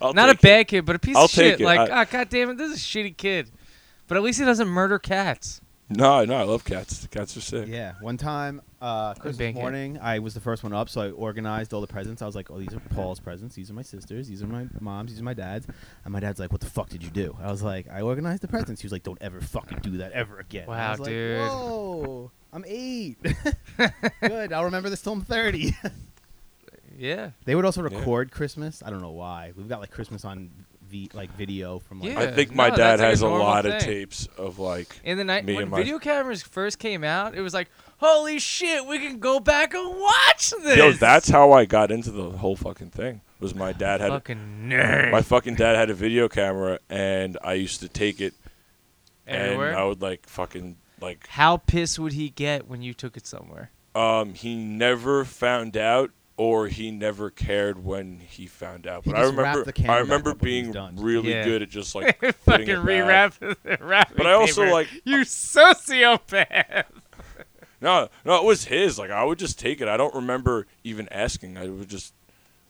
B: I'll
C: Not a
B: take it.
C: bad kid, but a piece
B: I'll
C: of shit.
B: take it.
C: Like,
B: I-
C: ah, god damn it, this is a shitty kid. But at least he doesn't murder cats.
B: No, no, I love cats. Cats are sick.
D: Yeah, one time, uh,
C: bang
D: Christmas
C: it.
D: morning, I was the first one up, so I organized all the presents. I was like, "Oh, these are Paul's presents. These are my sisters. These are my mom's. These are my dad's." And my dad's like, "What the fuck did you do?" I was like, "I organized the presents." He was like, "Don't ever fucking do that ever again." I
C: Wow,
D: was like,
C: dude.
D: Whoa, I'm eight. Good, I'll remember this till I'm thirty.
C: Yeah.
D: they would also
B: Yeah.
D: record Christmas. I don't know why. We've got like Christmas on v- like video from like.
B: I
C: Yeah,
B: think my
C: no,
B: dad
C: that's like a
B: has a,
C: normal
B: lot of
C: thing.
B: tapes of like.
C: In the night
B: Me
C: when
B: and my-
C: video cameras first came out, it was like, holy shit, we can go back and watch this.
B: Yo, that's how I got into the whole fucking thing. Was my dad had
C: fucking nerd.
B: my fucking dad had a video camera and I used to take it
C: Everywhere.
B: and I would like fucking like
C: How pissed would he get when you took it somewhere?
B: um he never found out or he never cared when he found out.
D: He
B: But I
D: just wrapped
B: remember
D: the camera
B: I
D: back
B: remember
D: up when he was
B: being
D: done.
B: really
C: Yeah.
B: good at just like putting
C: fucking
B: it back.
C: rewrap the wrapping
B: But I also,
C: paper.
B: like-
C: you sociopath.
B: No, no, it was his. Like I would just take it. I don't remember even asking. I would just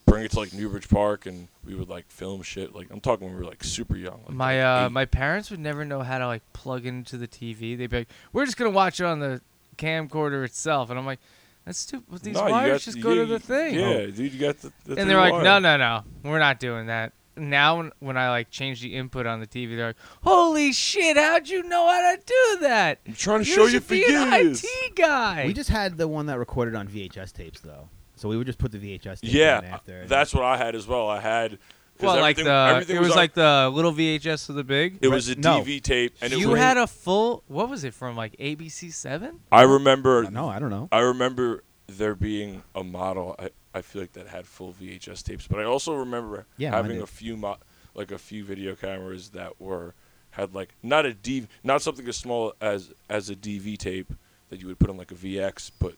B: bring it to like Newbridge Park, and we would like film shit. Like I'm talking when we were like super young. Like,
C: My
B: like,
C: uh,
B: eight.
C: my parents would never know how to like plug into the TV. They'd be like, "We're just gonna watch it on the camcorder itself," and I'm like, "That's stupid. With these
B: No, you got-
C: wires just go
B: yeah,
C: to the
B: you-
C: thing."
B: Yeah, dude, you got the. the
C: And
B: three
C: they're like,
B: wire.
C: "No, no, no, we're not doing that." Now when, when I like change the input on the TV, they're like, "Holy shit! How'd you know how to do that?"
B: I'm trying to
C: You
B: show
C: should
B: you for
C: be an
B: years.
C: IT guy.
D: We just had the one that recorded on VHS tapes though, so we would just put the VHS. Tape on
B: Yeah,
D: after. and-
B: that's what I had as well. I had. 'cause
C: well, like
B: everything-
C: the
B: everything
C: it was
B: on-
C: like the little VHS to the big.
B: It was a
D: No.
B: DV tape, and it
C: you
B: was,
C: had a full what was it from like ABC Seven?
B: I remember
D: No, I don't know.
B: I remember there being a model. I, I feel like that had full VHS tapes, but I also remember
D: Yeah, mine
B: having
D: did.
B: a few mo- like a few video cameras that were had like not a D not something as small as as a DV tape that you would put on like a VX, but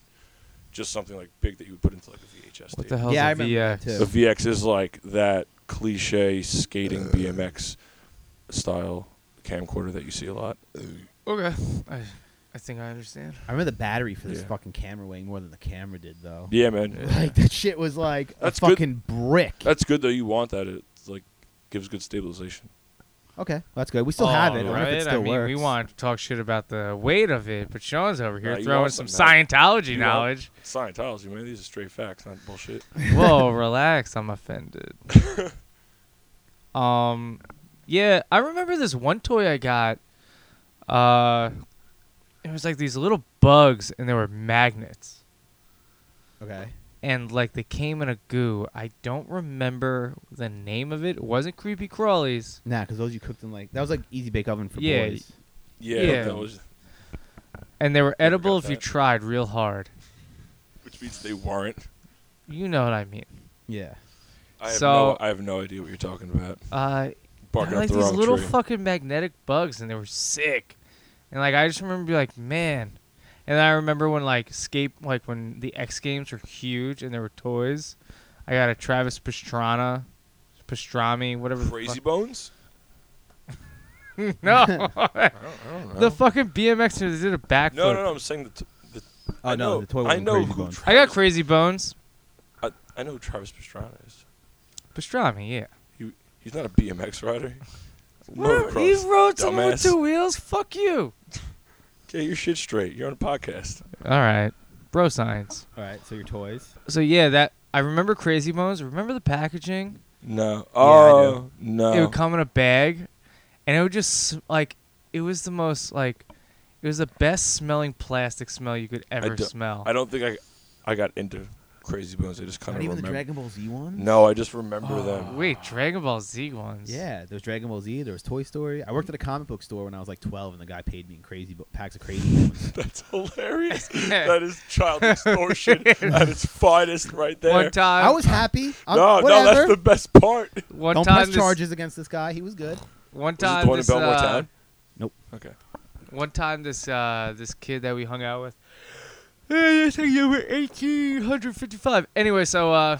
B: just something like big that you would put into like a VHS
C: What the
B: tape.
C: hell?
D: Yeah, I
C: is a
D: remember that
C: VX?
D: too.
B: The VX is like that cliche skating BMX style camcorder that you see a lot.
C: Okay. I, I think I understand.
D: I remember the battery for this
B: Yeah.
D: fucking camera weighing more than the camera did, though.
B: Yeah, man.
D: Like that shit was like
B: That's
D: a
B: good.
D: fucking brick.
B: That's good though. You want that. It's like gives good stabilization.
D: okay, that's good. We still have it. I wonder if it still
C: I mean,
D: works.
C: we want to talk shit about the weight of it, but Sean's over here
B: Nah, you
C: throwing
B: want
C: some
B: some knowledge.
C: Scientology
B: You want-
C: knowledge.
B: Scientology, man. These are straight facts, not bullshit.
C: Whoa, relax. I'm offended. um, yeah, I remember this one toy I got. Uh, it was like these little bugs, and they were magnets.
D: Okay.
C: and like they came in a goo. I don't remember the name of it. It wasn't creepy crawlies.
D: Nah, because those you cooked in like that was like easy bake oven for
C: Yeah,
D: boys.
B: Yeah,
C: Yeah.
B: that was-
C: And they were
B: Never
C: edible
B: got
C: if you
B: that.
C: tried real hard.
B: which means they weren't.
C: You know what I mean.
D: Yeah.
B: I have,
C: So-
B: no, I have no idea what you're talking about.
C: Uh
B: Barking
C: they're like
B: up the
C: these
B: wrong
C: little
B: tree.
C: fucking magnetic bugs and they were sick. And like I just remember being like, man. And I remember when like skate like when the X games were huge and there were toys. I got a Travis Pastrana Pastrami, whatever the
B: Crazy
C: fuck-
B: bones.
C: no,
B: I don't, I don't know.
C: the fucking BMXers did a backflip.
B: no, no, no. I'm saying the. T- the
D: Oh,
B: I
D: no,
B: know,
D: the toy
B: I
D: wasn't
B: know
D: crazy
B: who
D: bone.
B: Travis,
C: I got crazy bones.
B: I, I know who Travis Pastrana is.
C: Pastrami, yeah.
B: He, he's not a BMX rider.
C: Whatever, he
B: Motocross,
C: rode someone with
B: dumbass.
C: two wheels. Fuck you.
B: Get your shit straight. You're on a podcast.
C: All right, bro science.
D: All right, so your toys.
C: So yeah, that I remember Crazy Bones. Remember the packaging?
B: No.
D: I
B: Oh
D: do.
B: no.
C: It would come in a bag, and it would just s- like it was the most like it was the best smelling plastic smell you could ever
B: do-
C: smell.
B: I don't think I I got into Crazy Bones. I just kind
D: Not
B: of
D: even
B: remember.
D: the Dragon Ball Z ones.
B: No, I just remember
D: Ah.
B: them.
C: Wait, Dragon Ball Z ones.
D: Yeah, there was Dragon Ball Z. There was Toy Story. I worked at a comic book store when I was like 12, and the guy paid me in crazy bo- packs of crazy ones.
B: That's hilarious. that is child extortion at its finest, right there.
C: One time,
D: I was happy. I'm,
B: no,
D: whatever.
B: no, that's the best part.
C: one
D: Don't
C: time
D: press
C: this,
D: charges against this guy. He was good.
B: Was
C: One
B: it
C: time
B: the one
C: this,
B: in Belmore
C: uh,
B: Town?
D: Nope.
B: Okay.
C: One time, this uh, this kid that we hung out with. Hey, I think you were eighteen hundred fifty-five. Anyway, so uh,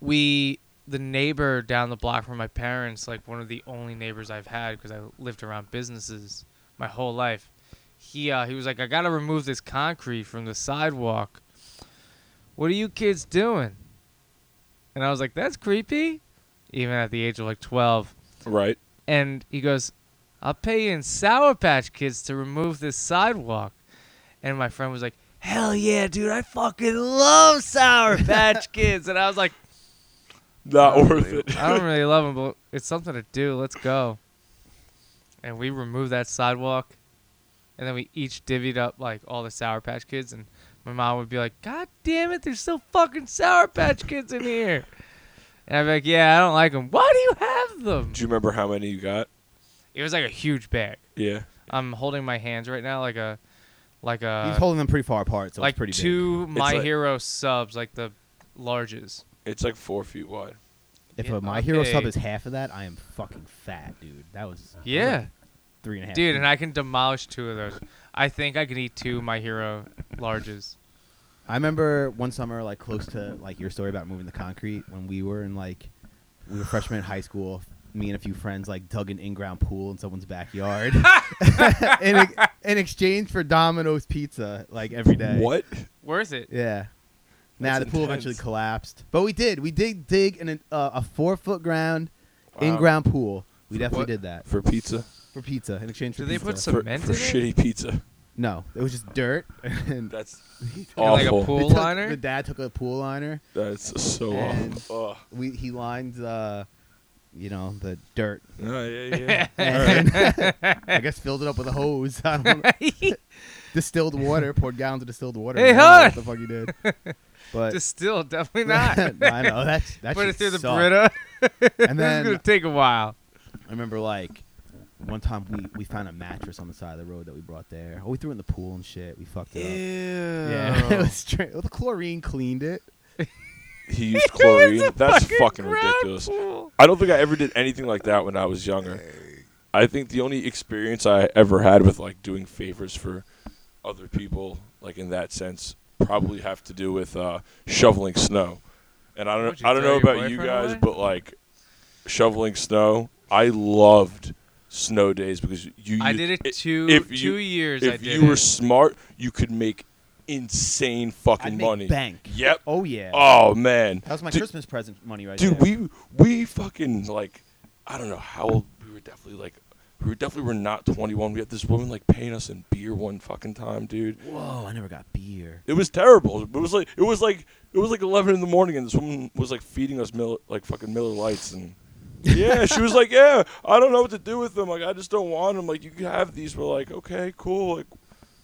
C: we the neighbor down the block from my parents, like one of the only neighbors I've had because I lived around businesses my whole life. He uh, he was like, I gotta remove this concrete from the sidewalk. What are you kids doing? And I was like, that's creepy, even at the age of like twelve
B: Right.
C: and he goes, "I'll pay you in Sour Patch Kids to remove this sidewalk." And my friend was like, "Hell yeah, dude! I fucking love Sour Patch Kids." And I was like,
B: Not worth it.
C: "I don't really love them, but it's something to do. Let's go." And we removed that sidewalk, and then we each divvied up like all the Sour Patch Kids, and my mom would be like, "God damn it! There's still fucking Sour Patch Kids in here." And I'd be like, "Yeah, I don't like them. Why do you have them?"
B: Do you remember how many you got?
C: It was like a huge bag.
B: Yeah.
C: I'm holding my hands right now like a like a
D: He's holding them pretty far apart, so
C: Uh, like
D: it's pretty
C: two My
B: like-
C: Hero subs, like the larges.
B: It's like four feet wide.
D: big. If
C: yeah,
D: a My Hero sub
C: okay.
D: is half of that, I am fucking fat, dude. That was that was,
C: Yeah,
D: like, three and a half.
C: dude, and I can demolish two of those. I think I can eat two My Hero larges.
D: I remember one summer, like close to like your story about moving the concrete when we were in like we were freshmen in high school. Me and a few friends like dug an in-ground pool in someone's backyard in, ex- in exchange for Domino's pizza like every day.
B: What?
C: Worth it.
D: Yeah. Now
B: That's
D: the pool
B: intense.
D: eventually collapsed, but we did. We did dig in an, uh, a four-foot ground
B: Wow.
D: in-ground pool. We
B: For
D: definitely
B: what?
D: did that
B: For pizza?
D: for pizza in exchange for.
C: Do they
D: pizza.
C: put some-
B: For, for
C: Cement in it?
B: shitty pizza.
D: No, it was just dirt. And
B: That's
C: And, like, a
B: awful.
C: pool-
D: they took-
C: liner?
D: The dad took a pool liner.
B: That's so
D: And-
B: awful. Ugh.
D: we he lined uh you know the dirt
B: No, yeah, yeah.
D: and I guess filled it up with a hose. I don't know. distilled water, poured gallons of distilled water.
C: Hey,
D: I don't know
C: hon!
D: What the fuck you did? But
C: Just still definitely not.
D: I know that's that.
C: Put it
D: shit
C: through the
D: sucked.
C: Brita.
D: And
C: This is gonna
D: then
C: take a while.
D: I remember like one time we we found a mattress on the side of the road that we brought there. Oh, we threw it in the pool and shit. We fucked it up. Yeah, it was tra- well, the chlorine cleaned it.
B: He used chlorine. That's
C: fucking
B: fucking
C: ground
B: ridiculous.
C: pool.
B: I don't think I ever did anything like that when I was younger. I think the only experience I ever had with like doing favors for other people, like in that sense, probably have to do with uh, shoveling snow. And I
C: Would
B: don't,
C: you
B: I don't
C: throw
B: know
C: your
B: about you
C: boyfriend
B: guys,
C: away?
B: but like shoveling snow, I loved snow days because you.
C: I did it two
B: if you-
C: two years. I
B: If
C: did
B: you were
C: it.
B: smart, you could make insane
D: I
B: fucking
D: made
B: money.
D: bank.
B: Yep.
D: Oh yeah.
B: Oh man.
D: That was my
B: Dude-
D: Christmas present money right
B: dude
D: there.
B: we we fucking like i don't know how old we were definitely like we were definitely were not 21 we had this woman like paying us in beer one fucking time dude
D: Whoa, I never got beer.
B: it was terrible it was like it was like it was like 11 in the morning and this woman was like feeding us mil- like fucking miller lights and yeah she was like yeah i don't know what to do with them like i just don't want them like you can have these we're like okay cool like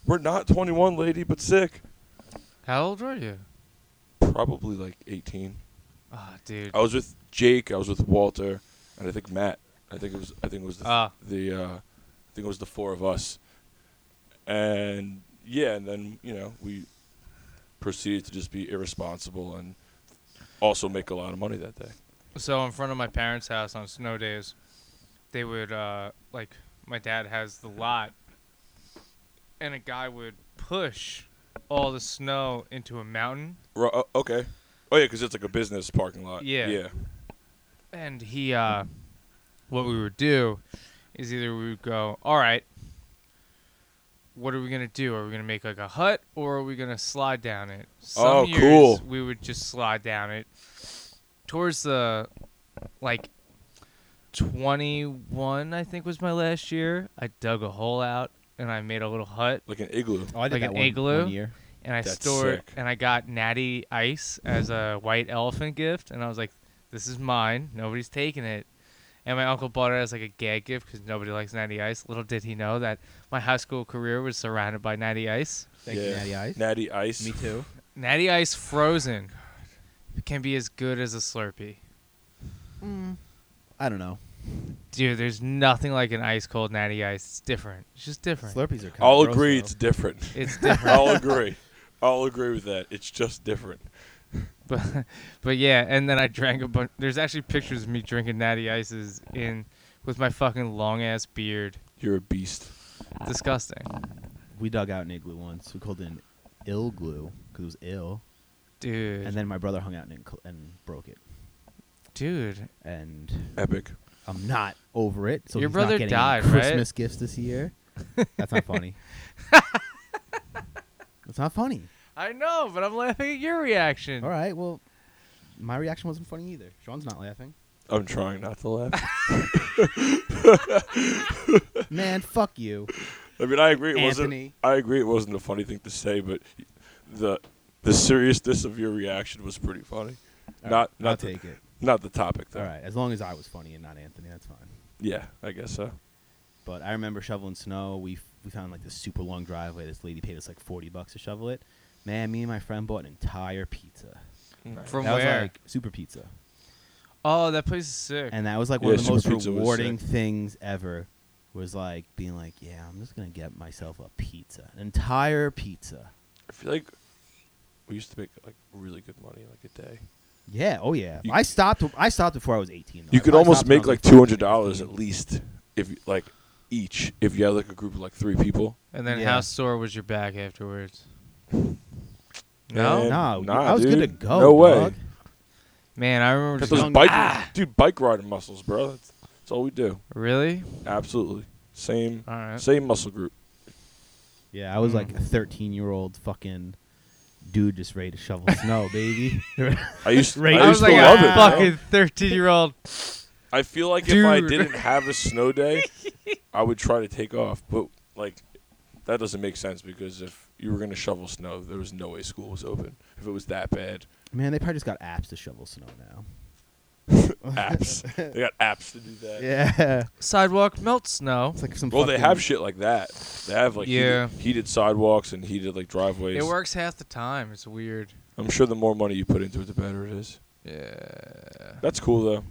B: we're not 21 lady but sick
C: How old were you?
B: probably like 18
C: Ah, dude.
B: I was with Jake. I was with Walter, and I think Matt. I think it was. I think it was the.
C: Ah.
B: the uh, I think it was the four of us. And yeah, and then you know we proceeded to just be irresponsible and also make a lot of money that day.
C: So in front of my parents' house on snow days, they would uh like my dad has the lot and a guy would push all the snow into a mountain
B: Ro- uh, okay. Oh yeah, because it's like a business parking lot.
C: Yeah.
B: Yeah.
C: and he uh what we would do is either we would go, all right, what are we gonna do? Are we gonna make like a hut, or are we gonna slide down it? Some
B: Oh,
C: years,
B: cool.
C: We would just slide down it. Towards the, like, twenty-one, I think was my last year. I dug a hole out and I made a little hut
B: like an igloo.
D: Oh, I did
C: Like
D: that
C: an
D: one,
C: igloo?
D: one year.
C: and I
B: That's
C: stored
B: sick.
C: and I got Natty Ice as a white elephant gift, and I was like, "This is mine. Nobody's taking it." And my uncle bought it as like a gag gift because nobody likes Natty Ice. Little did he know that my high school career was surrounded by Natty Ice.
D: Thank you,
B: Yeah.
D: Natty Ice.
B: Natty Ice.
D: Me too.
C: Natty Ice frozen can be as good as a Slurpee.
D: I don't know.
C: Dude, there's nothing like an ice cold Natty Ice. It's different. It's just different.
D: Slurpees are. Kind
B: I'll
D: of gross,
B: agree.
D: though.
B: It's different.
C: It's different.
B: I'll agree. I'll agree with that. It's just different.
C: But but yeah, and then I drank a bunch. There's actually pictures of me drinking natty ices in with my fucking long ass beard.
B: You're a beast.
C: Disgusting.
D: we dug out an igloo once. We called it an ill glue because it was ill.
C: Dude.
D: And then my brother hung out and, cl- and broke it.
C: dude.
D: And
B: Epic.
D: I'm not over it. So
C: Your
D: he's
C: brother
D: not getting
C: died,
D: any
C: right?
D: Christmas gifts this year. That's not funny. That's not funny.
C: I know, but I'm laughing at your reaction.
D: All right. Well, my reaction wasn't funny either. Sean's not laughing.
B: I'm trying not to laugh.
D: Man, fuck you.
B: I mean, I agree. It wasn't.
D: Anthony.
B: I agree. It wasn't a funny thing to say, but the the seriousness of your reaction was pretty funny.
D: All
B: not
D: right,
B: not
D: I'll
B: the,
D: take it.
B: not the topic though.
D: All right. As long as I was funny and not Anthony, that's fine.
B: Yeah, I guess so.
D: But I remember shoveling snow. We f- we found like this super long driveway. This lady paid us like forty bucks to shovel it. Man, me and my friend bought an entire pizza.
C: From
D: that
C: where?
D: was like super pizza,
C: oh, that place is sick.
D: and that was like
B: Yeah,
D: one of the
B: super
D: most
B: pizza was
D: rewarding
B: sick.
D: things ever. Was like being like, yeah, I'm just gonna get myself a pizza, an entire pizza.
B: I feel like we used to make like really good money like a day.
D: Yeah, oh yeah.
B: You-
D: I stopped. I stopped before I was 18. though.
B: You
D: I-
B: could
D: I
B: almost
D: stopped when I
B: make
D: was,
B: like two hundred dollars at least if you- like each if you had like a group of like three people.
C: and then
D: yeah.
C: house store was your back afterwards. No,
B: Man,
D: No, dude,
B: nah,
D: I was good to
B: dude.
D: go.
B: No way.
D: dog.
C: man, I remember.
B: Got
C: Just
B: those
C: going-
B: bike,
D: Ah!
B: dude, bike riding muscles, bro. That's, that's all we do.
C: really?
B: Absolutely, same,
C: All right.
B: same muscle group.
D: Yeah, I was
B: Mm.
D: like a 13 year old fucking dude just ready to shovel snow, baby.
B: I used,
D: Right.
B: I
C: I was
B: used
C: like
B: to
C: a
B: love it. bro.
C: fucking 13 year old.
B: I feel like if I
C: Dude.
B: didn't have a snow day, I would try to take off. But like, that doesn't make sense because if you were gonna shovel snow, there was no way school was open if it was that bad.
D: Man, they probably just got apps to shovel snow now.
B: Apps, they got apps to do that.
D: Yeah,
C: Sidewalk melt snow.
D: it's like some.
B: Well, they
D: fucking-
B: have shit like that. They have like
C: Yeah.
B: heated, heated sidewalks and heated like driveways.
C: It works half the time. It's weird.
B: I'm sure the more money you put into it, the better it is.
C: Yeah.
B: That's cool though.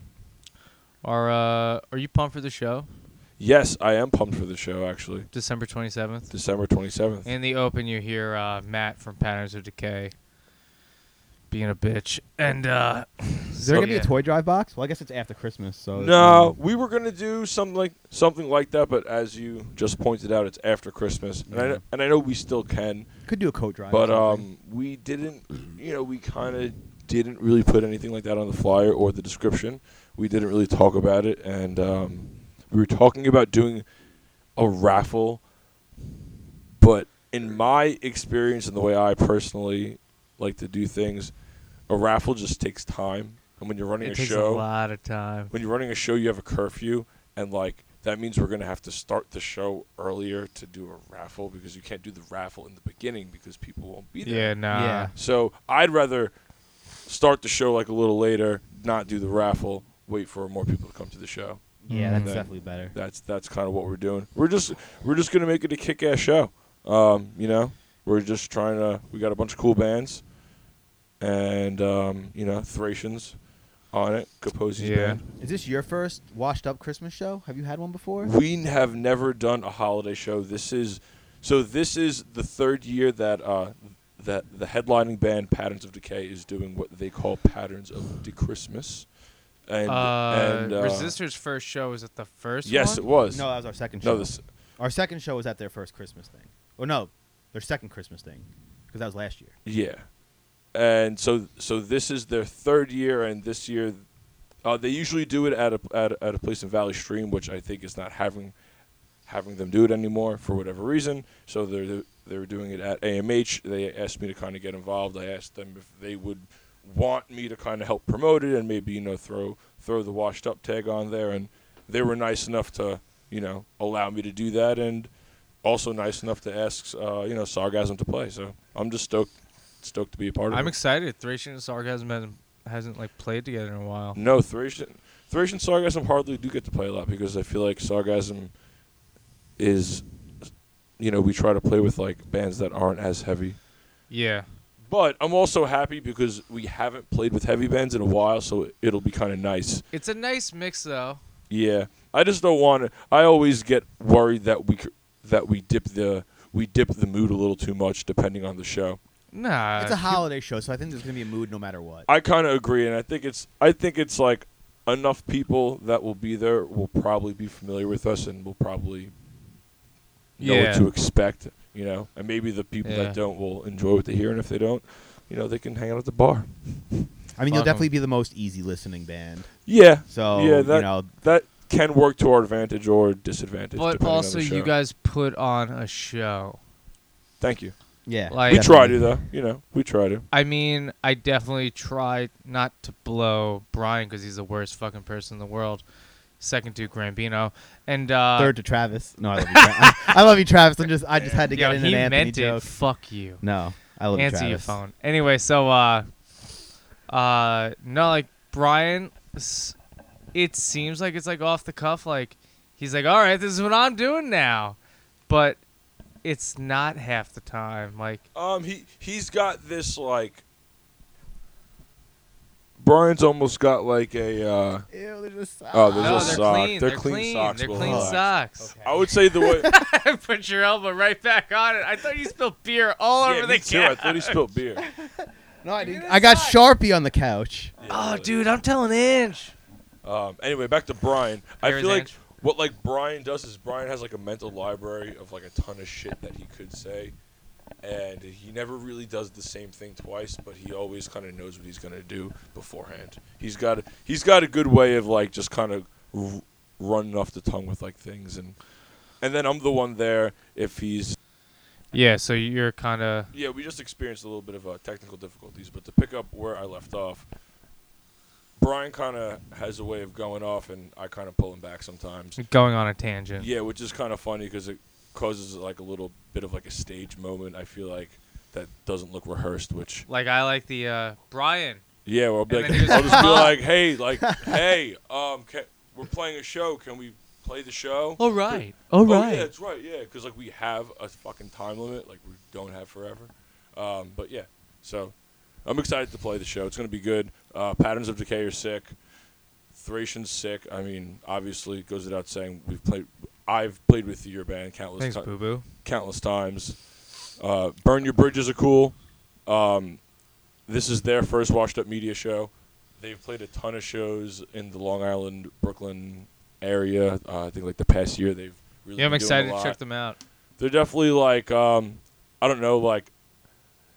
C: Are uh, are you pumped for the show?
B: Yes, I am pumped for the show actually.
C: December 27th.
B: December 27th.
C: In the open, you hear uh, Matt from Patterns of Decay being a bitch, and uh,
D: Is there gonna be a toy drive box? Well, I guess it's after Christmas, so it's,
B: No,
D: um,
B: we were gonna do something like something like that, but as you just pointed out, it's after Christmas, and I
D: Yeah.
B: know, and I know we still can,
D: could do a coat drive.
B: but
D: or something.
B: um, we didn't, you know, we kind of didn't really put anything like that on the flyer or the description. We didn't really talk about it, and um, we were talking about doing a raffle, but in my experience and the way I personally like to do things, a raffle just takes time, and when you're running
C: It
B: a
C: takes
B: show
C: a lot of time.
B: when you're running a show, you have a curfew, and like that means we're gonna have to start the show earlier to do a raffle because you can't do the raffle in the beginning because people won't be there.
C: Yeah, nah.
D: Yeah.
B: So I'd rather start the show like a little later, not do the raffle, wait for more people to come to the show.
D: yeah, that's
B: Mm.
D: definitely better.
B: That's that's kind of what we're doing. We're just we're just gonna make it a kick-ass show. Um, you know, we're just trying to. We got a bunch of cool bands, and um, you know, Thracians on it, Kaposi's
C: Yeah.
B: band.
D: Is this your first washed up Christmas show? Have you had one before?
B: We have never done a holiday show. This is so. This is the third year that uh, that the headlining band Patterns of Decay is doing what they call Patterns of De Christmas, and,
C: uh,
B: and uh,
C: Resistor's first show was at the first
B: Yes, it
C: one?
B: was.
D: No, that was our second show.
B: no, this
D: Our second show was at their first Christmas thing. Or no, their second Christmas thing, because that was last year.
B: yeah, and so so this is their third year, and this year Uh, they usually do it at a, at a at a place in Valley Stream, which I think is not having having them do it anymore for whatever reason. So they're they're doing it at AMH. They asked me to kind of get involved. I asked them if they would want me to kind of help promote it and maybe you know throw throw the washed up tag on there. And they were nice enough to you know allow me to do that, and also nice enough to ask uh, you know Sargasm to play. So I'm just stoked stoked to be a part of
C: I'm
B: it.
C: excited. Thracian and Sargasm hasn't, hasn't like played together in a while.
B: No, Thracian, Thracian Sargasm hardly do get to play a lot because I feel like Sargasm is, you know, we try to play with like bands that aren't as heavy.
C: Yeah.
B: But I'm also happy because we haven't played with heavy bands in a while, so it'll be kind of nice.
C: It's a nice mix though.
B: Yeah, I just don't want to. I always get worried that we c- that we dip the we dip the mood a little too much depending on the show.
C: Nah.
D: It's a holiday show, so I think there's gonna be a mood no matter what.
B: Uh, I kind of agree, and I think it's I think it's like enough people that will be there will probably be familiar with us and will probably know
C: Yeah.
B: what to expect, you know. And maybe the people
C: Yeah.
B: that don't will enjoy what they hear, and if they don't, you know, they can hang out at the bar.
D: I mean,
C: Fuck
D: you'll
C: 'em.
D: definitely be the most easy listening band.
B: Yeah,
D: So
B: yeah, that
D: you know,
B: that can work to our advantage or disadvantage.
C: but
B: depending on
C: also
B: the show.
C: you guys put on a show.
B: thank you.
D: yeah,
C: like-
B: We
C: Definitely.
B: try to though, you know, we try to.
C: I mean, I definitely tried not to blow Brian because he's the worst fucking person in the world. Second to Grambino, and uh,
D: Third to Travis. No, I love you. Tra- I love you, Travis. I'm just I just had to
C: yo,
D: get in
C: he
D: an Anthony
C: meant
D: joke.
C: it. Fuck you.
D: No, I love you,
C: Answer your
D: Travis.
C: phone. Anyway, so uh, uh, no, like Brian, s- it seems like it's like off the cuff. Like he's like, all right, this is what I'm doing now, but it's not half the time. Like
B: Um, he he's got this like. Brian's almost got like a. Uh,
D: Ew, they're just
B: Oh, there's
C: no,
B: a
C: they're
B: sock.
C: clean.
B: They're
C: clean.
B: clean socks
C: They're
B: will
C: clean
B: relax.
C: socks.
B: I would say the way.
C: Put your elbow right back on it. I thought you spilled beer all
B: yeah,
C: over
B: me
C: the
B: too. I
C: couch.
B: thought he spilled beer.
D: no, I didn't.
C: didn't
D: I got
C: suck.
D: Sharpie on the couch.
C: Oh, dude, I'm telling Ange.
B: Um, anyway, back to Brian.
C: There
B: I
C: is
B: feel like
C: Ange.
B: what like Brian does is Brian has like a mental library of like a ton of shit that he could say, and he never really does the same thing twice. But he always kind of knows what he's gonna do beforehand. He's got a, he's got a good way of like just kind of r- running off the tongue with like things, and and then I'm the one there if he's
C: Yeah, so you're kind of
B: Yeah, we just experienced a little bit of uh, technical difficulties, but to pick up where I left off, Brian kind of has a way of going off, and I kind of pull him back sometimes.
C: going on a tangent.
B: Yeah, which is kind of funny because it causes like a little bit of like a stage moment. I feel like that doesn't look rehearsed. Which
C: Like I like the uh, Brian.
B: yeah, well, I'll, be
C: And
B: like,
C: then you just
B: I'll just be
C: pop.
B: like, hey, like, hey, um, ca we're playing a show. Can we play the show?
C: All right, all
B: Oh,
C: right.
B: yeah, that's right. Yeah, because like we have a fucking time limit. Like we don't have forever. Um, but yeah, so I'm excited to play the show. It's gonna be good. Uh, Patterns of Decay are sick. Thracian's sick. I mean, obviously, it goes without saying. We've played. I've played with your band countless
C: Thanks,
B: times
C: Boo Boo.
B: countless times. Uh, Burn Your Bridges are cool. Um, this is their first washed up media show. They've played a ton of shows in the Long Island, Brooklyn area. Uh, I think like the past year they've really.
C: Yeah, I'm
B: been doing
C: excited
B: a
C: to
B: lot.
C: check them out.
B: They're definitely like um, I don't know, like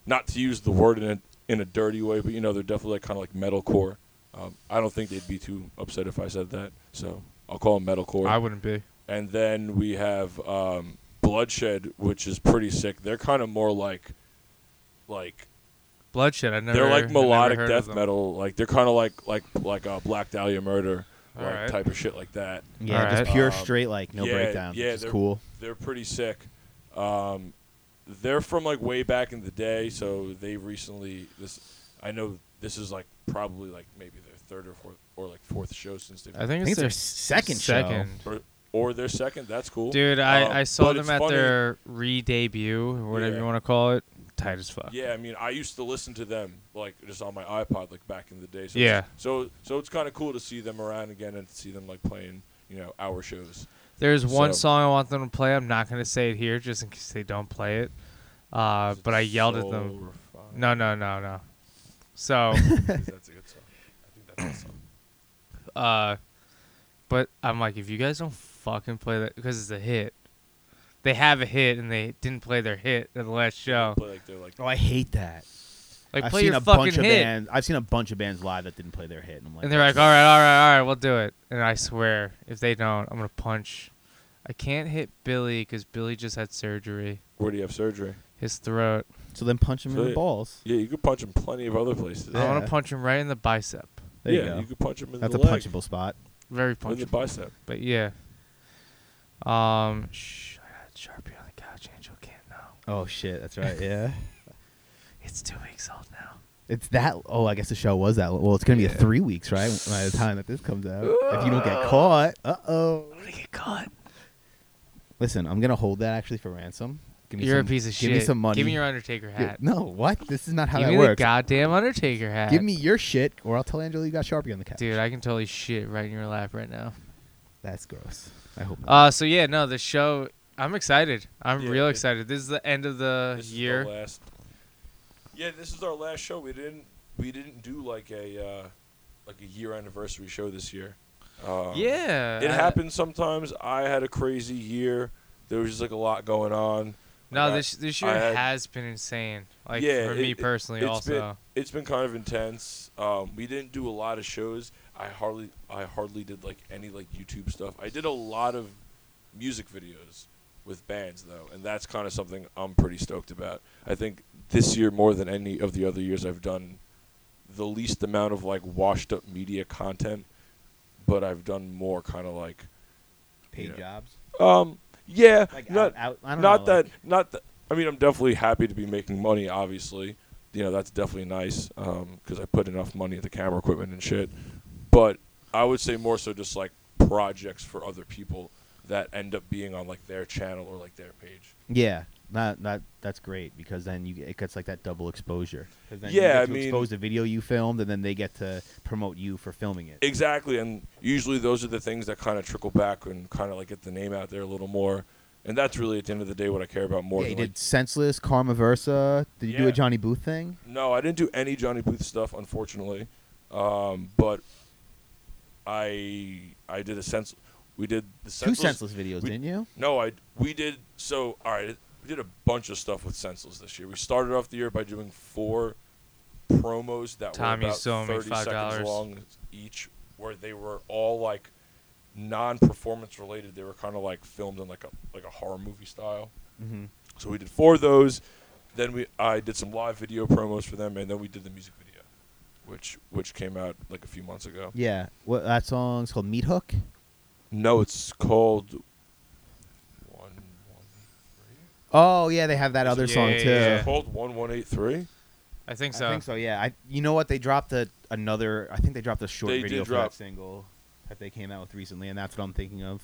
B: not to use the word in a in a dirty way, but you know they're definitely like kind of like metalcore. Um, I don't think they'd be too upset if I said that, so I'll call them metalcore
C: I wouldn't be.
B: and then we have um, Bloodshed, which is pretty sick. They're kind of more like, like
C: Bloodshed. I never.
B: they're
C: I
B: like
C: never
B: melodic
C: heard of
B: death
C: them.
B: metal. Like they're kind of like like like a Black Dahlia Murder
C: All
B: like,
C: right.
B: type of shit like that.
D: Yeah,
C: All
D: just
C: right.
D: pure
B: Um,
D: straight like no
B: yeah,
D: breakdown.
B: yeah,
D: which is
B: they're-
D: cool.
B: They're pretty sick. Um, they're from like way back in the day, so they recently this. I know this is like probably like maybe their third or fourth or like fourth show since they've
C: I think,
D: I think
C: it's
D: it's
C: their
D: their second show.
C: second.
B: or, or their second. That's cool,
C: Dude, I,
B: Um,
C: I saw
B: but
C: them
B: it's
C: at
B: funny-
C: their re-debut or whatever
B: Yeah.
C: you want to call it. Tight as fuck.
B: Yeah, I mean, I used to listen to them like just on my iPod, like back in the day. So
C: Yeah.
B: it's- So so it's kind of cool to see them around again and see them like playing, you know, our shows.
C: There's one
B: So-
C: song I want them to play. I'm not gonna say it here, just in case they don't play it. Uh, but I yelled at them.
B: Soul Refined.
C: No, no, no, no. So,
B: that's a good song. I think that's a good song.
C: uh, but I'm like, if you guys don't fucking play that, because it's a hit. They have a hit and they didn't play their hit at the last show.
B: Play like they're like
D: Oh, I hate that.
C: Like
D: I've
C: play
D: seen
C: your
D: a
C: fucking
D: bunch
C: hit.
D: of bands. I've seen a bunch of bands live that didn't play their hit, and I'm like,
C: And they're like,
D: "That's
C: all right, all right, all right, we'll do it. And I swear, if they don't, I'm gonna punch. I can't hit Billy because Billy just had surgery.
B: Where do you have surgery?
C: His throat.
D: So then punch him in
B: So-
D: the balls.
B: Yeah, you could punch him plenty of other places.
C: I want
D: Yeah.
C: to punch him right in the bicep.
D: There
B: yeah,
D: you go.
B: could punch him in
D: That's
B: the
D: a
B: leg,
D: punchable spot.
C: Very
B: in the
C: punchable.
B: bicep.
C: But yeah. Um. Shh. I got Sharpie on the couch. Angel can't know.
D: Oh shit, that's right. Yeah,
C: It's two weeks old now.
D: it's that. Oh, I guess the show was that. Well, it's gonna be a
C: Yeah.
D: three weeks, right? By the time that this comes out, if you don't get caught, uh oh.
C: I'm gonna get caught.
D: Listen, I'm gonna hold that actually for ransom. Give me
C: You're
D: some,
C: a piece of shit.
D: Give me some money.
C: Give me your Undertaker
D: Yeah,
C: hat.
D: No, what? This is not how
C: Give
D: that
C: me
D: works.
C: the goddamn Undertaker hat.
D: Give me your shit, or I'll tell Angela you got Sharpie on the couch.
C: Dude, I can totally shit right in your lap right now.
D: that's gross. I hope. Not.
C: Uh, so yeah, no, the show. I'm excited. I'm
B: Yeah,
C: real
B: it-
C: excited. This is the end of the
B: This is the
C: year.
B: last- Yeah, this is our last show. We didn't we didn't do like a uh, like a year anniversary show this year. Um,
C: yeah,
B: it
C: I-
B: happens sometimes. I had a crazy year. There was just like a lot going on.
C: No,
B: Like, I-
C: this this year
B: I had-
C: has been insane. Like
B: Yeah,
C: for me
B: it- it-
C: personally,
B: it's
C: also.
B: been- it's been kind of intense. Um, we didn't do a lot of shows. I hardly I hardly did like any like YouTube stuff. I did a lot of music videos with bands though, and that's kind of something I'm pretty stoked about. I think this year more than any of the other years I've done the least amount of like washed up media content, but I've done more kind of like
D: Paid
B: yeah.
D: jobs.
B: um yeah,
D: Like
B: not
D: out, out, I don't
B: not
D: know,
B: that
D: like-
B: not that i mean i'm definitely happy to be making money obviously you know that's definitely nice because i put enough money into camera equipment and shit but i would say more so just like projects for other people that end up being on like their channel or like their page
D: Yeah, not not that's great because then you get- it gets like that double exposure. 'Cause then you
B: Yeah,
D: get
B: I
D: to
B: mean-
D: expose the video you filmed, and then they get to promote you for filming it.
B: exactly and usually those are the things that kind of trickle back and kind of like get the name out there a little more and that's really at the end of the day what i care about more
D: yeah, you
B: than like,
D: did senseless Karma Versa. Did you do
B: Yeah.
D: a Johnny Booth thing?
B: No, I didn't do any Johnny Booth stuff, unfortunately. Um, but I I did a sense. We did the senseless.
D: Two senseless videos,
B: we-
D: didn't you?
B: No, I we did. So all right, we did a bunch of stuff with senseless this year. We started off the year by doing four promos that
C: Tom,
B: were
C: you
B: about
C: still owe me
B: thirty
C: $5.
B: seconds long each, where they were all like non-performance related. They were kind of like filmed in like a like a horror movie style.
D: Mm-hmm.
B: So we did four of those. Then we I did some live video promos for them, and then we did the music video, which which came out like a few months ago.
D: Yeah, what that song's called Meat Hook.
B: No, it's called one one three.
D: Oh yeah, they have that other
C: Yeah,
D: song
C: yeah,
D: too.
C: yeah.
B: It's called one one eight three.
C: I think
D: I
C: so.
D: think so. Yeah, I, you know what? They dropped a, another. I think they dropped a short
B: They
D: video
B: did
D: for
B: drop-
D: that single that they came out with recently, and that's what I'm thinking of.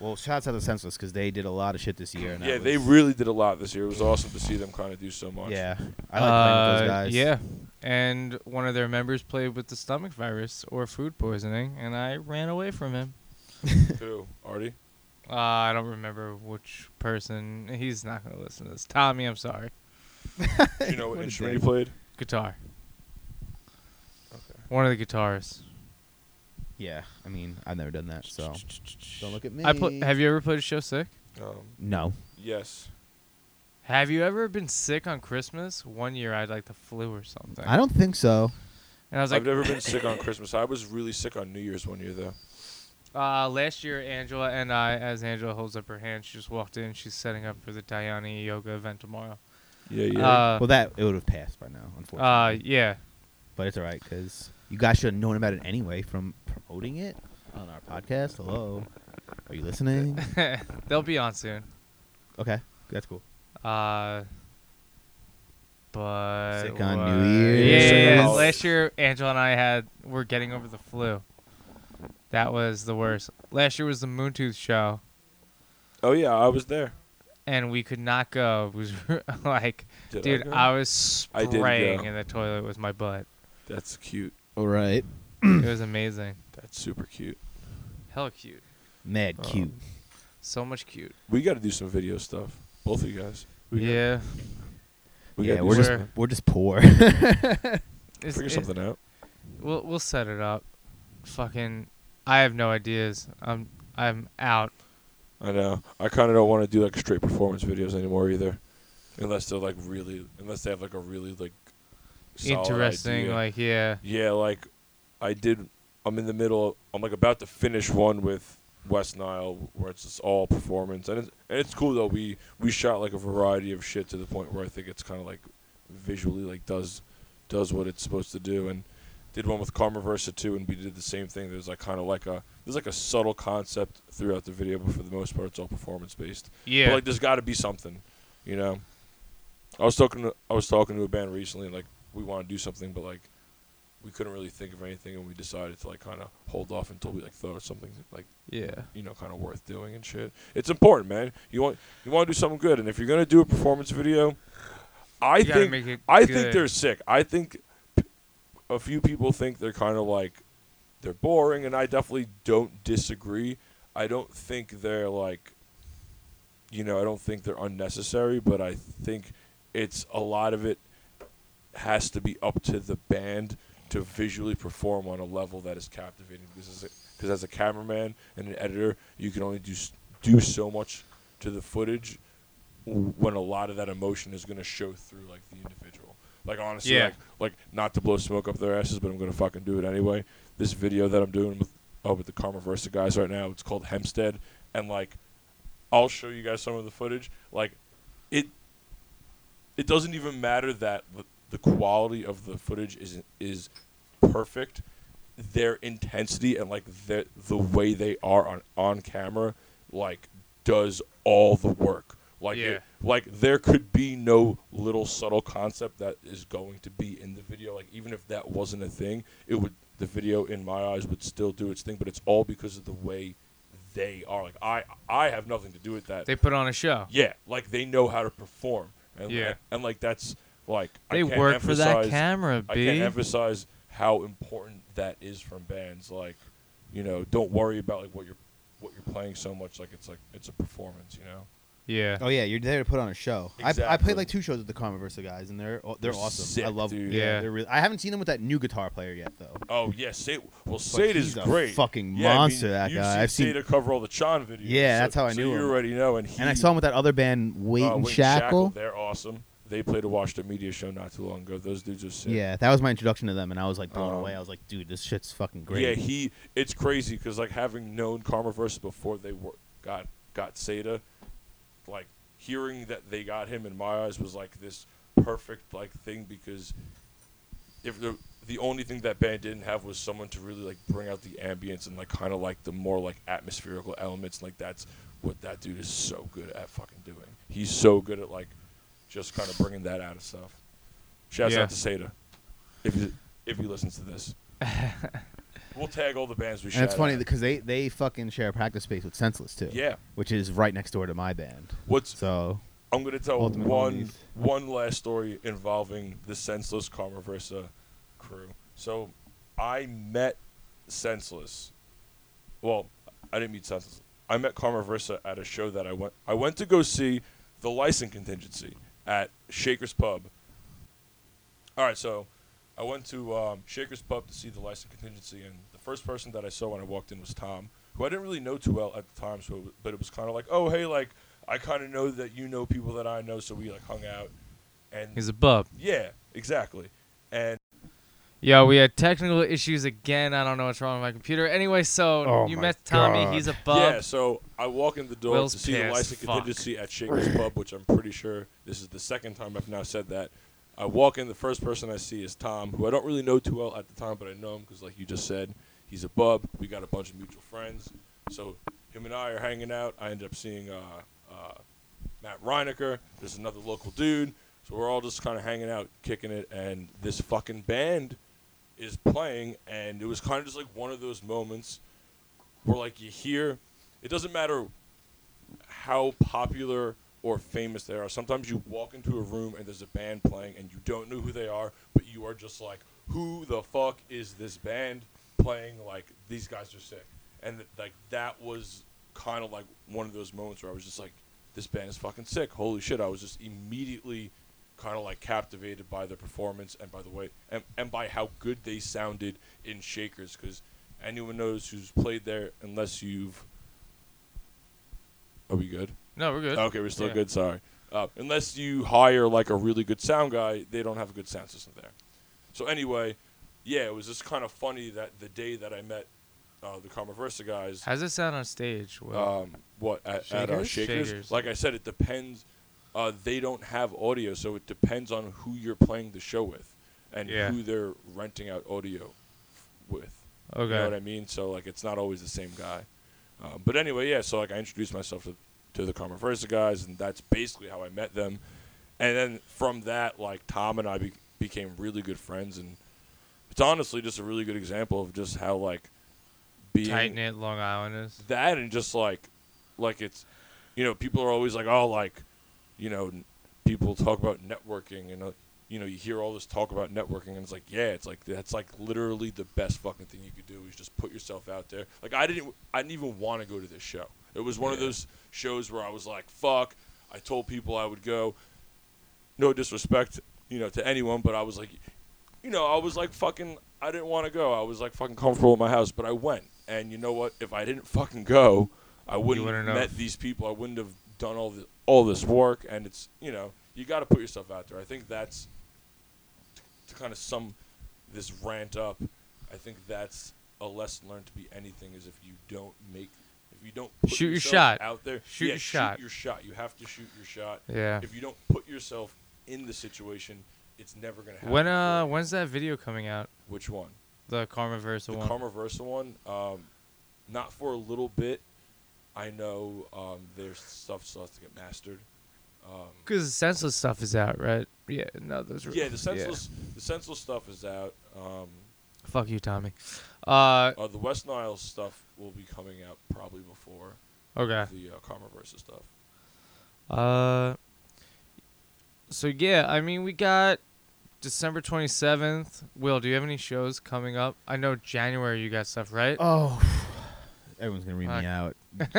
D: Well, shouts out to Senseless because they did a lot of shit this year. And that
B: Yeah, they
D: was-
B: really did a lot this year. It was awesome to see them kind of do so much.
D: Yeah, I like playing with those
C: Uh,
D: guys.
C: Yeah, and one of their members played with the stomach virus or food poisoning, and I ran away from him.
B: Who? Artie.
C: Uh, I don't remember which person. He's not gonna listen to this. Tommy, I'm sorry.
B: Do you know what
D: What a
B: instrument he
D: dick.
B: played?
C: Guitar.
B: Okay.
C: One of the guitarists.
D: yeah. I mean, I've never done that, so don't look at me.
C: I put. Have you ever played a show sick?
B: Um,
D: No.
B: yes.
C: Have you ever been sick on Christmas? One year I had like the flu or something.
D: I don't think so.
C: And I was
B: I've
C: like,
B: never been sick on Christmas. I was really sick on New Year's one year though.
C: uh, last year Angela and I, as Angela holds up her hand, she just walked in. She's setting up for the Dhyani yoga event tomorrow.
B: Yeah,
C: Uh,
D: well, that it would have passed by now,
C: uh,
D: unfortunately.
C: yeah.
D: but it's all right because you guys should have known about it anyway from promoting it on our podcast. Hello, are you listening?
C: They'll be on soon.
D: Okay, that's cool.
C: Uh, but
D: Sick on
C: what-
D: New Year's.
C: Yeah,
B: Sick
C: yeah,
B: on
C: yeah.
B: holidays.
C: last year Angela and I had were getting over the flu. That was the worst. Last year was the Moontooth show,
B: oh yeah, I was there.
C: and we could not go. It was like,
B: Did I
C: dude,
B: go?
C: I, was
B: I did go.
C: spraying in the toilet with my butt.
B: That's cute.
D: All right,
C: it was amazing.
B: That's super cute.
C: Hella cute.
D: mad
B: Um,
D: cute.
C: So much cute.
B: We got to do some video stuff, both of you guys. We got-
C: yeah.
B: we
D: yeah,
B: gotta do
D: we're just
C: something.
D: we're just poor.
C: It's-
B: figure
C: it-
B: something out.
C: We'll we'll set it up. Fucking, I have no ideas. I'm I'm out.
B: I know. I kind of don't want to do like straight performance videos anymore either, unless they're like really, unless they have like a really like solid
C: interesting.
B: idea.
C: Like yeah,
B: Yeah, like I did. I'm in the middle. I'm like about to finish one with West Nile, where it's just all performance, and it's and it's cool though. We we shot like a variety of shit to the point where I think it's kind of like visually like does does what it's supposed to do, and did one with Karma Versa too, and we did the same thing. There's like kind of like a there's like a subtle concept throughout the video, but for the most part, it's all performance based.
C: yeah.
B: But like, there's got to be something, you know. I was talking to I was talking to a band recently, and like we want to do something, but like we couldn't really think of anything, and we decided to like kind of hold off until we like thought of something like
C: yeah.
B: you know kind of worth doing and shit. It's important, man. You want you want to do something good, and if you're gonna do a performance video, I
C: You gotta
B: think
C: make it
B: I
C: good.
B: think they're sick. I think p- a few people think they're kind of like they're boring, and I definitely don't disagree. I don't think they're like, you know, I don't think they're unnecessary, but I think it's a lot of it has to be up to the band to visually perform on a level that is captivating because as a, because as a cameraman and an editor, you can only do s- do so much to the footage when a lot of that emotion is going to show through like the individual. Like honestly,
C: Yeah.
B: like, like not to blow smoke up their asses, but I'm going to fucking do it anyway. This video that I'm doing with uh, with the Karma Versa guys right now, it's called Hempstead, and like I'll show you guys some of the footage. Like it it doesn't even matter that the- the quality of the footage is is perfect. Their intensity and like the the way they are on on camera, like does all the work. Like it- like there could be no little subtle concept that is going to be in the video. Like even if that wasn't a thing, it would the video in my eyes would still do its thing. But it's all because of the way they are. Like I I have nothing to do with that.
C: They put on a show.
B: Yeah, like they know how to perform. And,
C: Yeah.
B: and, like that's like
C: They
B: I can't
C: work for that
B: emphasize-
C: camera,
B: I
C: b.
B: can't emphasize how important that is from bands. Like, you know, don't worry about like what you're what you're playing so much. Like it's like it's a performance. You know,
C: yeah.
D: Oh yeah, you're there to put on a show. I, I
B: Exactly.
D: played like two shows with the Karma Versa guys, and they're they're,
B: They're
D: awesome.
B: sick,
D: I love
B: dude.
C: Yeah.
D: They're really, I haven't seen them with that new guitar player yet though.
B: Oh yeah, Sade. Well,
D: But
B: Sade is
D: he's a
B: great.
D: fucking
B: Yeah, I mean,
D: monster, that
B: you've
D: guy.
B: Seen
D: I've seen-
B: Sade cover all the Chan videos.
D: Yeah,
B: so-
D: that's how I
B: so
D: knew
B: You
D: him.
B: already know, and he
D: And I saw them with that other band, Wait
B: uh,
D: and
B: Wait
D: Shackle.
B: They're awesome. They played a Washed Up Media show not too long ago. Those dudes are sick.
D: Yeah, that was my introduction to them, and I was like blown
B: Um,
D: away. I was like, dude, this shit's fucking great.
B: Yeah, he. It's crazy because like having known Karma Versa before they were, got got Seda, like hearing that they got him in my eyes was like this perfect like thing because if the the only thing that band didn't have was someone to really like bring out the ambience and like kind of like the more like atmospherical elements like that's what that dude is so good at fucking doing. He's so good at like just kind of bringing that out of stuff. Shouts
C: Yeah.
B: out to Seda if you if you listen to this. We'll tag all the bands we.
D: and it's
B: shout
D: funny
B: out.
D: because they they fucking share a practice space with Senseless too.
B: yeah.
D: which is right next door to my band.
B: What's
D: So
B: I'm gonna tell
D: Ultimate
B: one
D: Homies.
B: one last story involving the senseless Karma Versa crew. So I met senseless. Well, I didn't meet senseless. I met Karma Versa at a show that I went. I went to go see the License Contingency at Shaker's Pub. All right, so I went to um, Shaker's Pub to see the License Contingency, and the first person that I saw when I walked in was Tom, who I didn't really know too well at the time. So, it wa- but it was kind of like, oh hey, like I kind of know that you know people that I know, so we like hung out, and
C: He's a bub.
B: yeah, exactly, and
C: Yo, we had technical issues again. I don't know what's wrong with my computer. Anyway, so
D: Oh
C: you
D: my
C: met Tommy.
D: God.
C: He's a bub.
B: Yeah, so I walk in the door
C: Will's
B: to see the
C: pissed.
B: license
C: Fuck.
B: contingency at Shaker's Pub, which I'm pretty sure this is the second time I've now said that. I walk in, the first person I see is Tom, who I don't really know too well at the time, but I know him because, like you just said, he's a bub. We got a bunch of mutual friends. So him and I are hanging out. I end up seeing uh, uh, Matt Reinecker. There's another local dude. So we're all just kind of hanging out, kicking it, and this fucking band is playing, and it was kind of just like one of those moments where like you hear it doesn't matter how popular or famous they are sometimes you walk into a room and there's a band playing and you don't know who they are but you are just like who the fuck is this band playing like these guys are sick and th- like that was kind of like one of those moments where i was just like this band is fucking sick holy shit i was just immediately kind of like captivated by their performance and by the way and, and by how good they sounded in shakers because anyone knows who's played there unless you've are we good
C: No, we're good.
B: okay we're still
C: Yeah.
B: good sorry uh, unless you hire like a really good sound guy they don't have a good sound system there So anyway, yeah, it was just kind of funny that the day that I met uh, the Karma Versa guys,
C: How's it sound on stage? Will?
B: um, what at, at uh,
C: Shakers?
B: Shakers?
C: Shakers.
B: Like I said, it depends. Uh, they don't have audio, so it depends on who you're playing the show with, and
C: Yeah.
B: who they're renting out audio with.
C: okay.
B: You know what I mean? So like, it's not always the same guy. Um, but anyway, yeah. So like, I introduced myself to, to the Karma Versa guys, and that's basically how I met them. And then from that, like Tom and I be- became really good friends, and it's honestly just a really good example of just how like being
C: Tight knit Long Islanders.
B: that and just like like it's you know people are always like oh like you know n- people talk about networking and uh, you know you hear all this talk about networking and it's like yeah it's like that's like literally the best fucking thing you could do is just put yourself out there like i didn't i didn't even want to go to this show it was one of those shows where i was like fuck i told people i would go no disrespect you know to anyone but i was like you know, I was like fucking. I didn't want to go. I was like fucking comfortable in my house, but I went. And you know what? If I didn't fucking go, I wouldn't have
C: wouldn't
B: met
C: have.
B: these people. I wouldn't have done all the, all this work. And it's you know, you got to put yourself out there. I think that's to kind of sum this rant up. I think that's a lesson learned to be anything is if you don't make if you don't put
C: Shoot your
B: yourself
C: shot.
B: out there.
C: Shoot
B: yeah,
C: your shot.
B: Shoot your shot. You have to shoot your shot.
C: Yeah.
B: If you don't put yourself in the situation, it's never gonna happen.
C: When
B: for
C: uh,
B: you.
C: when's that video coming out?
B: Which one?
C: The Karma Versa
B: The
C: one.
B: Karma Versa one? Um, not for a little bit. I know um, their stuff still has to get mastered. Um,
C: Because the senseless stuff is out, right? Yeah. No, those. Are,
B: yeah, the senseless the senseless stuff is out. Um,
C: Fuck you, Tommy. Uh,
B: uh, the West Nile stuff will be coming out probably before
C: okay.
B: the uh, Karma Versa stuff.
C: Uh, so yeah, I mean, we got December 27th. Will, do you have any shows coming up? I know January you got stuff, right?
D: Oh, everyone's gonna read
C: Fuck.
D: me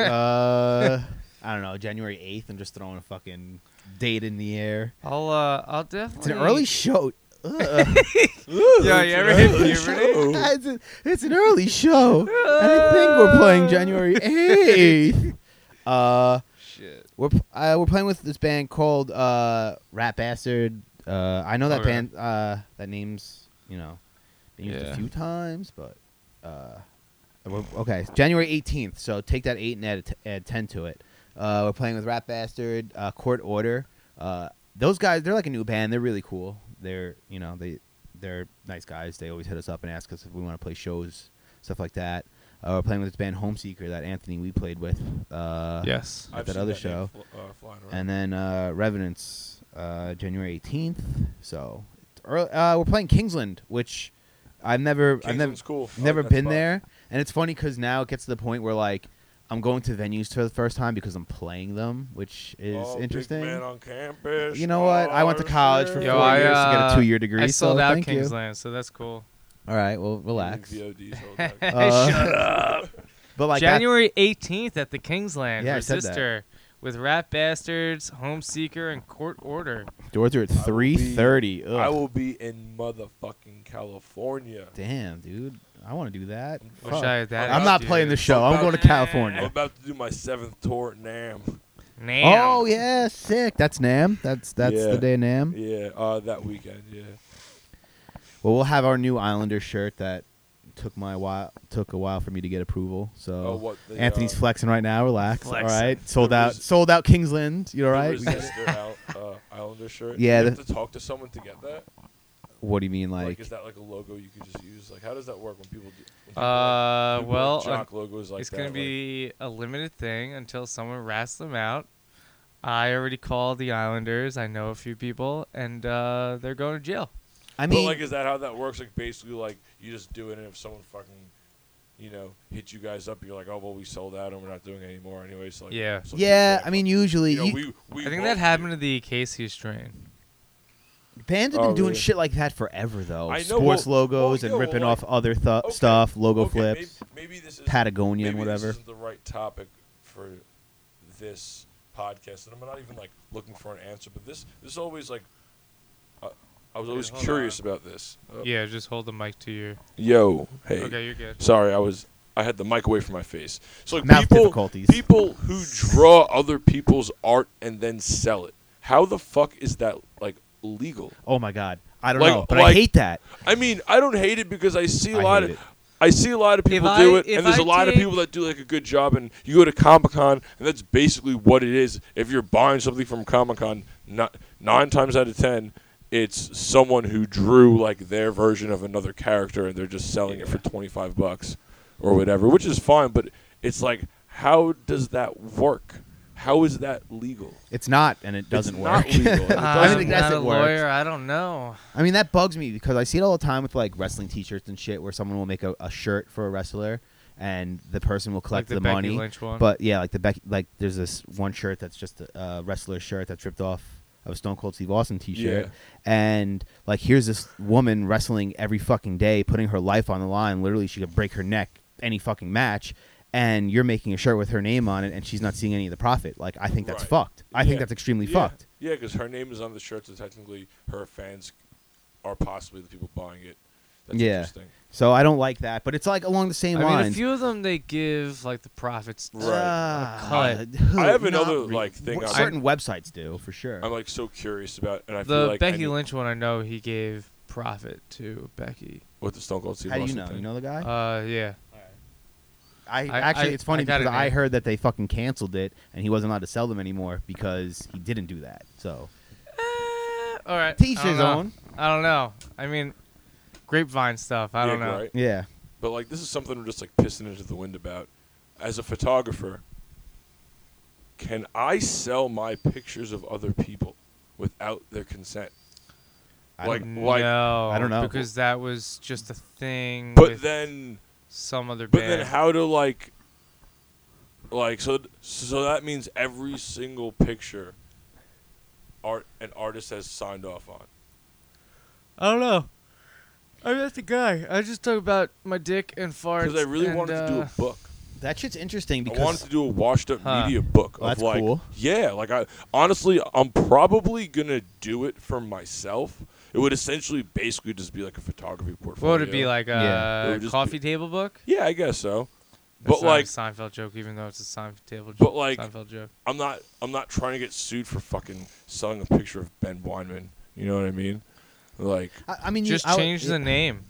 D: out. Uh, I don't know. January eighth. I'm just throwing a fucking date in the air.
C: I'll uh, I'll definitely.
D: It's an early show. Ugh.
C: Yeah, you ever hit puberty?
D: it's, a- it's an early show. I think we're playing January eighth. Uh,
C: Shit.
D: we're p- uh, we're playing with this band called uh, Rat Bastard. Uh, I know that
C: Okay.
D: band. Uh, that name's you know been used
C: Yeah.
D: a few times, but uh, we're, okay, it's January eighteenth. So take that eight and add, a t- add ten to it. Uh, we're playing with Rat Bastard, uh, Court Order. Uh, those guys, they're like a new band. They're really cool. They're you know they they're nice guys. They always hit us up and ask us if we want to play shows, stuff like that. Uh, we're playing with this band Homeseeker that Anthony we played with. Uh,
C: Yes.
D: At that other
B: name
D: show.
B: fl- uh, flying around.
D: and then uh, Revenants, uh, January eighteenth. So, early, uh, we're playing Kingsland, which I've never, I've never,
B: Kingsland's oh, cool. I like
D: never
B: that
D: been
B: spot.
D: there. And it's funny because now it gets to the point where like I'm going to venues for the first time because I'm playing them, which is
B: Oh, big
D: interesting.
B: man on campus.
D: You know what? I went to
B: Oh,
D: college for
B: shit.
C: Yo,
D: four
C: I,
D: years to get
C: uh,
D: a two-year degree.
C: I sold
D: so
C: out
D: thank you.
C: Kingsland, so that's cool.
D: All right, well, relax.
B: VODs, hold on.
D: Uh, But like that-
C: January 18th at the Kingsland.
D: Yeah, I said that.
C: Resister with Rat Bastards, Homeseeker, and Court Order.
D: doors are at
B: I will be-
D: three thirty.
B: I will be in motherfucking California.
D: Damn, dude, I want to do that.
C: Wish
D: Fuck.
C: I had that.
D: I'm not playing the show. I'm going to
B: I'm
D: California.
B: about to do my seventh tour at Nam.
C: Nam.
D: Oh yeah, sick. That's Nam. That's that's
B: Yeah.
D: the day Nam.
B: Yeah, uh, that weekend. Yeah.
D: Well, we'll have our new Islander shirt that took my while took a while for me to get approval. So
B: Oh, what? The,
D: Anthony's
B: uh,
D: flexing right now. Relax.
C: Flexing.
D: All right, sold out.
B: res-
D: sold out. Kingsland. You all
B: the
D: right? We-
B: Resistor Al- uh, Islander shirt.
D: Yeah,
B: You
D: the-
B: have to talk to someone to get that.
D: what do you mean,
B: Like,
D: like?
B: is that like a logo you could just use? Like, how does that work when people do? When people
C: Uh,
B: like, people
C: well,
B: like jock logos like
C: it's
B: that,
C: gonna
B: like-
C: be a limited thing until someone rats them out. I already called the Islanders. I know a few people, and uh, they're going to jail.
D: I
B: But
D: mean,
B: like, is that how that works? Like, basically, like you just do it, and if someone fucking, you know, hits you guys up, you're like, oh well, we sold out, and we're not doing it anymore anyway. So like,
C: Yeah.
B: so
D: yeah.
B: people,
D: I mean, usually
B: you know,
D: you-
B: we, we
C: I think
B: won't
C: that
B: do-
C: happened to the Casey strain.
D: bands have
B: Oh,
D: been doing
B: really?
D: shit like that forever, though.
B: I know,
D: Sports
B: well-
D: logos
B: well,
D: and
B: yeah, well,
D: ripping
B: like-
D: off other th-
B: okay,
D: stuff, logo
B: okay, may-
D: flips,
B: Maybe, this is
D: Patagonia
B: maybe
D: and whatever.
B: This isn't the right topic for this podcast, and I'm not even like looking for an answer. But this this always like, uh, I was always
C: hold
B: curious about this. Uh,
C: Yeah, just hold the mic to your.
B: Yo, hey.
C: Okay, you're good.
B: Sorry, I was I had the mic away from my face. So like
D: Mouth
B: people
D: difficulties.
B: people who draw other people's art and then sell it. How the fuck is that like legal?
D: Oh my god, I don't
B: Like-
D: know, but I
B: like-
D: hate that.
B: I mean, I don't hate it because I see a
D: I
B: lot
D: hate
B: of.
D: it.
B: I see a lot of people
C: If
B: do
C: I-
B: it,
C: if
B: and there's a
C: I
B: lot of
C: take-
B: people that do like a good job. And you go to Comic Con, and that's basically what it is. If you're buying something from Comic Con, not nine times out of ten, it's someone who drew like their version of another character, and they're just selling it for twenty five bucks or whatever, which is fine. But it's like, how does that work? How is that legal?
D: It's not, and it doesn't
B: it's
D: work.
B: Not legal. and it
C: Uh, I'm
B: doesn't
D: think that's
C: not
D: it
C: a
D: works.
C: lawyer. I don't know.
D: I mean, that bugs me because I see it all the time with like wrestling T-shirts and shit, where someone will make a, a shirt for a wrestler, and the person will collect
C: the
D: the
C: Becky
D: money.
C: Lynch one.
D: But yeah, like the Becky, like there's this one shirt that's just a uh, wrestler shirt that's ripped off of a Stone Cold Steve Austin T-shirt,
B: Yeah.
D: and like here's this woman wrestling every fucking day, putting her life on the line. Literally, she could break her neck any fucking match. And you're making a shirt with her name on it, and she's not seeing any of the profit. Like, I think that's
B: Right.
D: fucked. I think
B: Yeah.
D: that's extremely
B: yeah.
D: fucked.
B: Yeah, because her name is on the shirt, so technically her fans are possibly the people buying it. That's
D: Yeah.
B: interesting.
D: So I don't like that. But it's like along the same
C: I
D: lines.
C: mean, a few of them they give like the profits. to-
B: Right.
C: Cut.
B: I have another,
D: Not
B: like, thing
D: Well,
B: on-
D: Certain websites do for sure.
B: I'm like so curious about, and I feel
C: The
B: like I
C: Becky
B: need-
C: Lynch one, I know he gave profit to Becky.
B: with the Stone Cold Steve
D: How do you
B: Austin
D: know?
B: thing.
D: You know the guy?
C: Uh, yeah.
D: I
C: I-
D: actually,
C: I-
D: it's funny
C: I got
D: because
C: it,
D: I
C: man.
D: heard that they fucking canceled it, and he wasn't allowed to sell them anymore because he didn't do that. So
C: All right.
D: Teach
C: I don't
D: his
C: know.
D: own.
C: I don't know. I mean, grapevine stuff. I
B: Yeah,
C: don't know.
B: Right?
D: yeah,
B: But like, this is something I'm just like pissing into the wind about. As a photographer, can I sell my pictures of other people without their consent?
D: I
B: like,
D: don't-
B: like,
C: no,
D: I don't know.
C: because that was just a thing.
B: but
C: with
B: then
C: some other
B: But
C: band.
B: then how to like like so so that means every single picture art an artist has signed off on.
C: I don't know. I'm not the guy. I just talk about my dick and farts.
B: Because I really
C: and,
B: wanted to do
C: uh,
B: a book.
D: that shit's interesting
B: I wanted
D: because
B: to do a washed up
C: Huh.
B: media book
D: uh, Well,
B: of
D: that's
B: like
D: cool.
B: yeah, like I honestly I'm probably gonna do it for myself. It would essentially basically just be like a photography portfolio.
C: What would it be like
D: Yeah.
B: It
C: a
B: would just
C: coffee
B: be-
C: table book?
B: Yeah, I guess so.
C: That's
B: but like
C: not a Seinfeld joke, even though it's a Seinfeld table joke.
B: But, like-
C: Seinfeld joke.
B: I'm not I'm not trying to get sued for fucking selling a picture of Ben Weinman. You know what I mean? Like
D: I, I mean, you-
C: Just
D: I would-
C: change the name,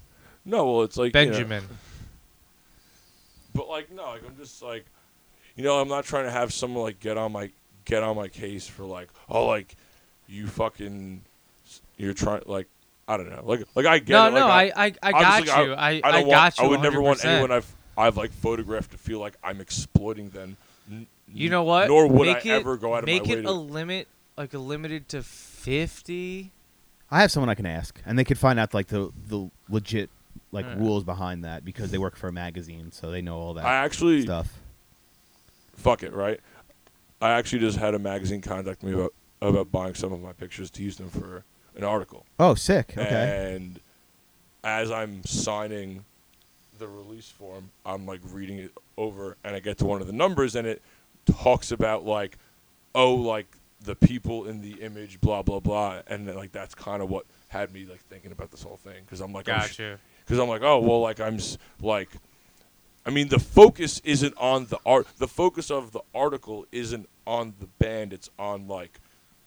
B: no, well it's like you know-
C: Benjamin.
B: but like no, like I'm just like you know, I'm not trying to have someone like get on my get on my case for like oh like you fucking you're trying like I don't know. Like like I get
C: No,
B: it.
C: no,
B: like,
C: I, I, I
B: obviously,
C: got you. I,
B: don't want,
C: got you.
B: I would never want
C: 100%.
B: anyone I've I've like photographed to feel like I'm exploiting them. N-
C: You know what?
B: Nor would
C: make
B: I
C: it,
B: ever go out of
C: make
B: my way
C: it
B: to
C: a limit, like a limited to fifty.
D: I have someone I can ask, and they could find out like the the legit like
C: Alright.
D: rules behind that because they work for a magazine, so they know all that
B: I actually
D: stuff.
B: fuck it, right? I actually just had a magazine contact me about about buying some of my pictures to use them for an article.
D: Oh, sick.
B: Uh,
D: Okay.
B: And as I'm signing the release form, I'm like reading it over and I get to one of the numbers and it talks about like oh like the people in the image blah blah blah and then, like that's kind of what had me like thinking about this whole thing cuz I'm like oh, sh-
C: you.
B: because I'm like, oh well, like I'm s- like, I mean, the focus isn't on the art. The focus of the article isn't on the band. It's on like,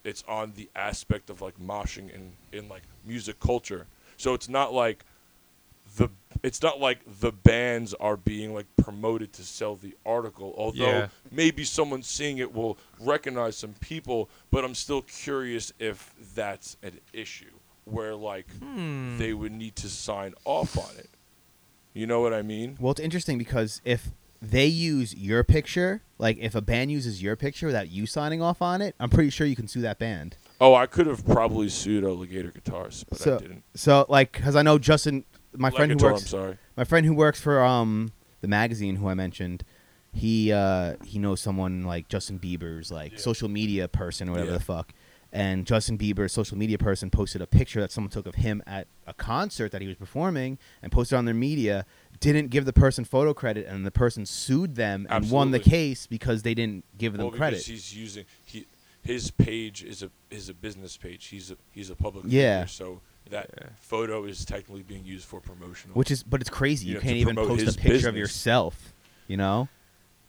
B: it's on the aspect of like moshing in in like music culture. So it's not like the it's not like the bands are being like promoted to sell the article although
C: Yeah.
B: maybe someone seeing it will recognize some people but i'm still curious if that's an issue where like
C: Hmm.
B: they would need to sign off on it. You know what I mean?
D: Well, it's interesting because if they use your picture, like if a band uses your picture without you signing off on it, I'm pretty sure you can sue that band.
B: Oh, I could have probably sued Alligator Guitars, but
D: so,
B: I didn't.
D: so like, because I know Justin, my
B: Black
D: friend who
B: Guitar,
D: works,
B: I'm sorry.
D: my friend who works for um the magazine who I mentioned, he uh he knows someone like Justin Bieber's like
B: Yeah.
D: social media person or whatever
B: Yeah.
D: the fuck. And Justin Bieber's social media person posted a picture that someone took of him at a concert that he was performing and posted on their media. Didn't give the person photo credit, and the person sued them and won the
B: Absolutely.
D: case because they didn't give them
B: Well, because
D: credit.
B: he's using he his page is a is a business page. He's a, he's a public
D: Yeah.
B: figure, so that photo is technically being used for promotional.
D: Which is, but it's crazy. You,
B: Yeah, to
D: can't even
B: promote
D: post a
B: his
D: picture of
B: business.
D: yourself. You know,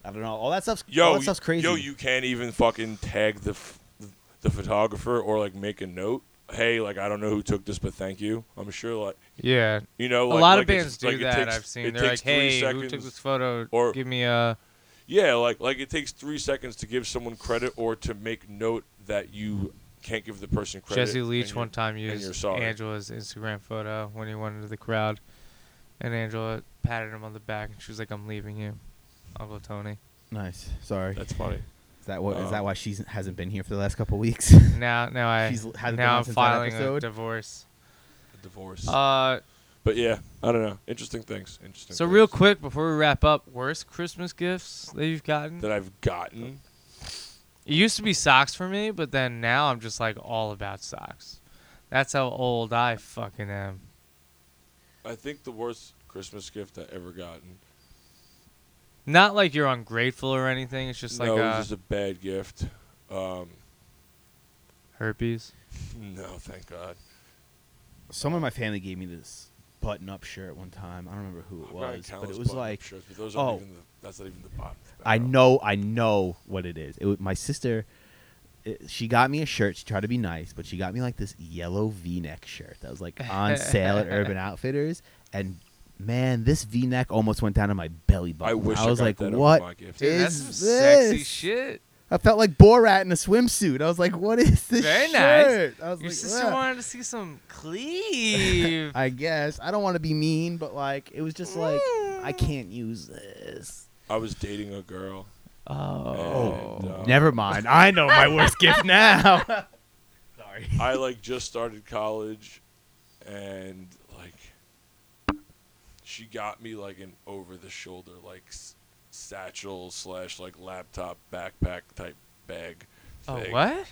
D: I don't know. All that stuff's all
B: yo,
D: oh, that stuff's crazy.
B: yo, you can't even fucking tag the f- the photographer or like make a note. hey, like I don't know who took this, but thank you. I'm sure, like
C: Yeah.
B: you know,
C: A
B: like,
C: lot
B: like
C: of bands
B: it's-
C: do
B: like, it
C: that.
B: takes-
C: I've seen.
B: it
C: They're like,
B: takes three
C: "Hey, who took
B: seconds."
C: this photo?
B: or-
C: Give me a."
B: Yeah, like like it takes three seconds to give someone credit or to make note that you can't give the person credit.
C: Jesse Leach
B: and
C: one
B: you-
C: time
B: you're
C: used
B: sorry.
C: Angela's Instagram photo when he went into the crowd, and Angela patted him on the back and she was like, "I'm leaving you, Uncle Tony."
D: Nice. Sorry.
B: That's funny.
D: Is that what? Is
B: Oh.
D: that why she hasn't been here for the last couple weeks?
C: Now, now I
D: She's l- hasn't been on
C: now I'm
D: since that
C: filing a
D: episode?
C: divorce.
B: A divorce.
C: Uh,
B: but yeah, I don't know. Interesting things. Interesting.
C: so
B: things
C: real quick before we wrap up, worst Christmas gifts that you've gotten?
B: that I've gotten.
C: It used to be socks for me, but then now I'm just like all about socks. That's how old I fucking am.
B: I think the worst Christmas gift I ever gotten.
C: Not like you're ungrateful or anything. It's just like
B: no, it
C: uh,
B: was just a bad gift. Um,
C: herpes.
B: no, thank God.
D: Someone in my family gave me this button-up shirt one time. I don't remember who it
B: I've gotten
D: was, but
B: countless
D: it was
B: button-up
D: like
B: shirts, but those aren't
D: oh.
B: even the, that's not even the bottom. of the
D: I
B: barrel.
D: know, I know what it is. It was, my sister, it, she got me a shirt. She tried to be nice, but she got me like this yellow V-neck shirt that was like on sale at Urban Outfitters, and man, this V-neck almost went down to my belly button.
B: I wish I
D: was
B: got
D: like,
B: that over
D: what?
B: my gift.
C: Dude, that's
D: is
C: some sexy
D: this?
C: shit.
D: I felt like Borat in a swimsuit. I was like, what is this
C: Very nice.
D: shirt? I was
C: Your
D: like,
C: sister
D: "Ugh."
C: wanted to see some cleave.
D: I guess I don't want to be mean, but like, it was just like, I
C: Mm.
D: can't use this.
B: I was dating a girl.
C: oh.
B: And, uh,
D: Never mind. I know my worst gift now. Sorry.
B: I like just started college, and like she got me like an over the shoulder like s- satchel slash like laptop backpack type bag.
C: Oh,
B: thing.
C: what?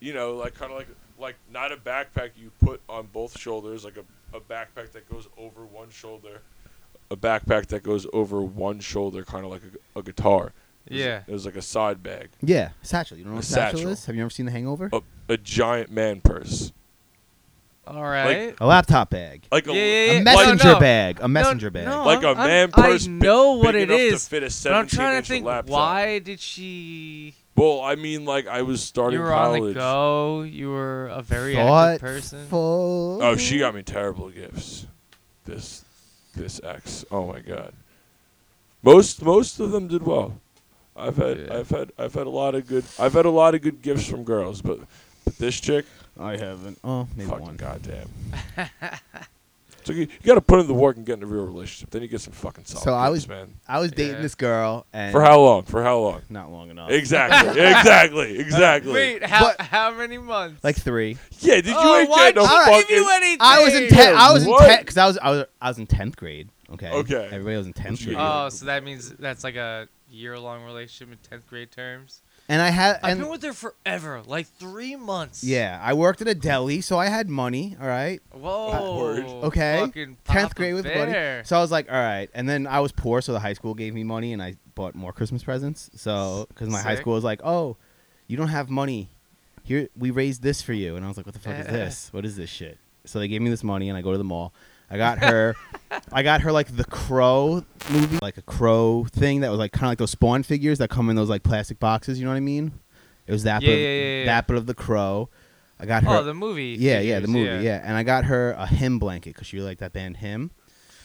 B: You know, like kind of like like not a backpack you put on both shoulders, like a a backpack that goes over one shoulder, a backpack that goes over one shoulder, kind of like a, a guitar. It was-
C: Yeah.
B: it was like a side bag,
D: Yeah, satchel. You don't know
B: A
D: what satchel,
B: satchel. Oh.
D: is? Have you ever seen The Hangover?
B: a a giant man purse,
C: All right.
D: A laptop bag,
B: like a
C: yeah, yeah, yeah.
D: a
C: No,
D: messenger
C: Eh, no.
D: bag, a messenger bag.
C: no.
B: like a
C: I'm-
B: man
C: I'm- I
B: purse. bi-
C: know what
B: big
C: it
B: enough to
C: is,
B: fit a
C: But I'm trying
B: 17-inch
C: to think
B: laptop.
C: why did she
B: Well, I mean, like I was starting
C: You were
B: college.
C: on the go, you were a very active person.
D: Thoughtful.
B: Oh, she got me terrible gifts. This, this ex. Oh my god. Most most of them did well. I've had
C: Yeah.
B: I've had I've had a lot of good I've had a lot of good gifts from girls, but but this chick,
D: I haven't. Oh, maybe
B: fucking
D: one.
B: goddamn. so you, you got to put in the work and get in a real relationship. Then you get some fucking solid.
D: So I
B: gifts,
D: was-
B: man.
D: I was dating
C: Yeah.
D: this girl, and
B: For how long? For how long?
D: Not long enough.
B: Oh. Exactly. exactly. Exactly.
C: Wait, how,
D: But-
C: how many months?
D: Like three.
B: Yeah. Did you
C: oh,
B: ain't
C: why
B: get no
C: did she
B: fucking?
C: give you anything?
D: I was in ten. I was in
B: What?
D: ten because I was I was I was in tenth grade. Okay.
B: Okay.
D: Everybody was in tenth
B: you
D: grade,
B: get?
C: Oh, so that means that's like a year-long relationship in 10th grade terms.
D: and I had
C: I've
D: and
C: been with her forever, like three months.
D: yeah, I worked at a deli, so I had money. All right.
C: Whoa.
B: Word.
D: Okay.
C: Fucking
D: Tenth
C: Papa
D: grade with
C: Bear.
D: money. So I was like, all right. And then I was poor, so the high school gave me money, and I bought more Christmas presents. So because my high
C: Sick.
D: school was like, oh, you don't have money. Here we raised this for you, and I was like, what the fuck is this? What is this shit? So they gave me this money, and I go to the mall. I got her, I got her like the Crow movie, like a Crow thing that was like kind of like those Spawn figures that come in those like plastic boxes. You know what I mean? It was that,
C: Yeah,
D: but, of,
C: yeah, yeah, yeah.
D: that, but of the Crow. I got her.
C: Oh, the movie.
D: Yeah, yeah, the movie.
C: figures,
D: Yeah. and I got her a hymn blanket because she really liked that band Hymn.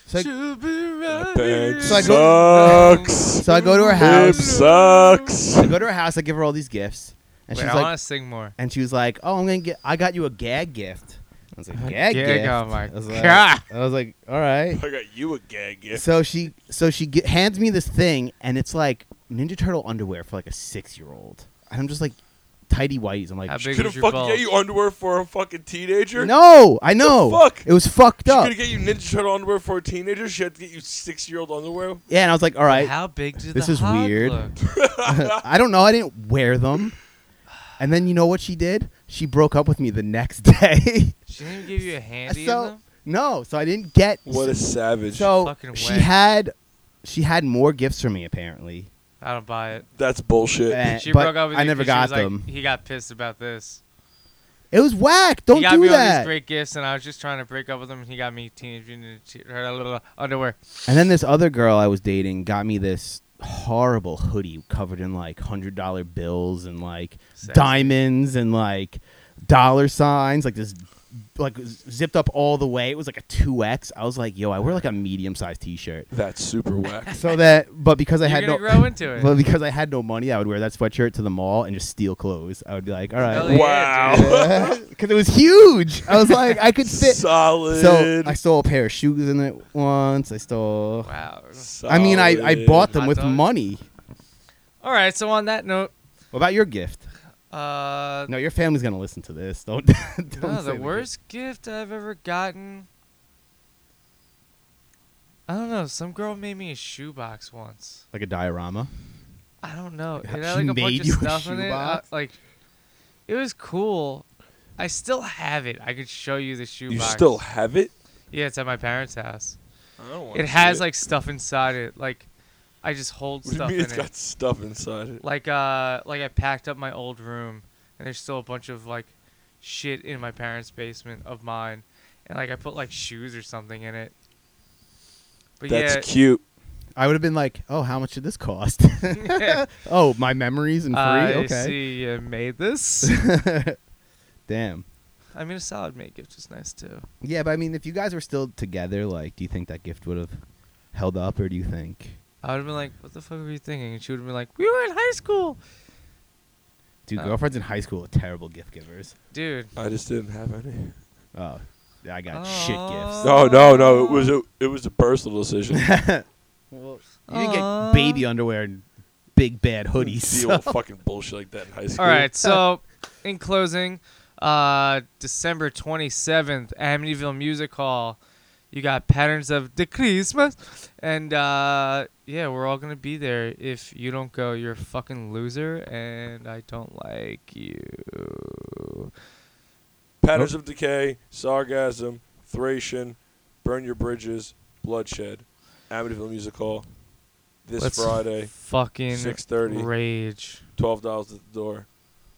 D: So I,
C: To be right
B: Band
D: So I
C: go-
B: sucks.
D: so I go to her
B: Hip
D: house.
B: sucks.
D: I go to her house. I give her all these gifts, and
C: Wait,
D: she's
C: I
D: like,
C: want to sing more.
D: and she was like, "Oh, I'm gonna get. I got you a gag gift." I was like,
C: gag-
D: "Gag gift."
C: oh my
D: I was like-
C: God.
D: I was like, "All right."
B: I got you a gag gift.
D: So she, so she ge- hands me this thing, and it's like Ninja Turtle underwear for like a six-year-old, and I'm just like, tidy whities. I'm like,
C: How
D: "Sh-
C: big
B: Could
C: was
B: have
C: your
B: fucking
C: balls?
B: get you underwear for a fucking teenager.
D: "No, I know.
B: fuck?
D: It was fucked
B: She could
D: up."
B: have get you Ninja Turtle underwear for a teenager. She had to get you six year old underwear.
D: yeah, and I was like, "All right."
C: How big did
D: This
C: the
D: is
C: hog
D: weird.
C: look?
D: I don't know. I didn't wear them. And then you know what she did? She broke up with me the next day.
C: She didn't even give you a handy in
D: so
C: them?
D: no, so I didn't get.
B: What a savage.
D: so
C: Fucking
D: she
C: wet.
D: had, she had more gifts for me apparently.
C: I don't buy it.
B: That's bullshit.
D: Eh.
C: She
D: but
C: broke up with
D: I
C: you
D: never
C: 'cause she
D: got
C: was like,
D: them.
C: he got pissed about this.
D: It was whack. Don't
C: he got
D: do
C: me all
D: that.
C: these great gifts, and I was just trying to break up with him, and he got me teenage mutant Ninja Turtle underwear.
D: and then this other girl I was dating got me this horrible hoodie covered in like hundred dollar bills and like
C: Sexy.
D: diamonds and like dollar signs, like this like zipped up all the way. It was like a two X. I was like, yo, I wear like a medium sized T shirt.
B: That's super whack.
D: So that, but because I
C: You're
D: had
C: gonna
D: no,
C: grow into it.
D: but because I had no money, I would wear that sweatshirt to the mall and just steal clothes. I would be like, all
C: Hell
D: right,
C: yeah,
B: Wow.
C: dude.
D: because it was huge. I was like, I could fit.
B: Solid.
D: So I stole a pair of shoes in it once. I stole.
C: Wow.
D: I mean, I, I
B: Solid.
D: bought them
C: Hot
D: with
C: dog.
D: money.
C: All right. So on that note,
D: What about your gift?
C: uh,
D: No, your family's gonna listen to this. Don't. don't
C: no,
D: say
C: Oh, the
D: that.
C: worst gift I've ever gotten. I don't know. Some girl made me a shoebox once.
D: Like a diorama.
C: I don't know. It
D: She
C: had like a bunch
D: made
C: of
D: you a
C: stuff in it. I-
D: shoebox?
C: like, it was cool. I still have it. I could show you the shoebox.
B: You still have it?
C: Yeah, it's at my parents' house. It has like stuff inside it. Like, I just hold
B: What do you
C: stuff
B: mean
C: in
B: it's
C: it.
B: got stuff inside it?
C: like uh like I packed up my old room and there's still a bunch of like shit in my parents' basement of mine and like I put like shoes or something in it. But
B: That's
C: yeah,
B: cute.
D: I would have been like, oh, how much did this cost?
C: yeah,
D: oh, my memories and free.
C: I
D: okay.
C: see you made this.
D: Damn.
C: I mean a solid mate gift is nice too.
D: Yeah, but I mean, if you guys were still together, like, do you think that gift would have held up, or do you think,
C: I would have been like, "What the fuck were you thinking?" And she would have been like, "We were in high school,
D: dude,
C: Uh,
D: girlfriends in high school are terrible gift givers.
C: dude."
B: I just didn't have any.
D: Oh, I got shit
C: Aw.
D: gifts.
B: No, no, no. It was a, it was a personal decision.
D: well, you didn't
C: Aw.
D: get baby underwear and big bad hoodies.
B: Deal
D: so-
B: with fucking bullshit like that in high school.
C: All right, so in closing, uh, December 27th, Amityville Music Hall. You got Patterns of the Christmas. And uh, yeah, we're all going to be there. If you don't go, you're a fucking loser, and I don't like you.
B: Patterns of Decay, Sargasm, Thracian, Burn Your Bridges, Bloodshed, Amityville Music Hall, this
C: Let's
B: Friday,
C: Fucking
B: 6.30,
C: rage.
B: $12 at the door.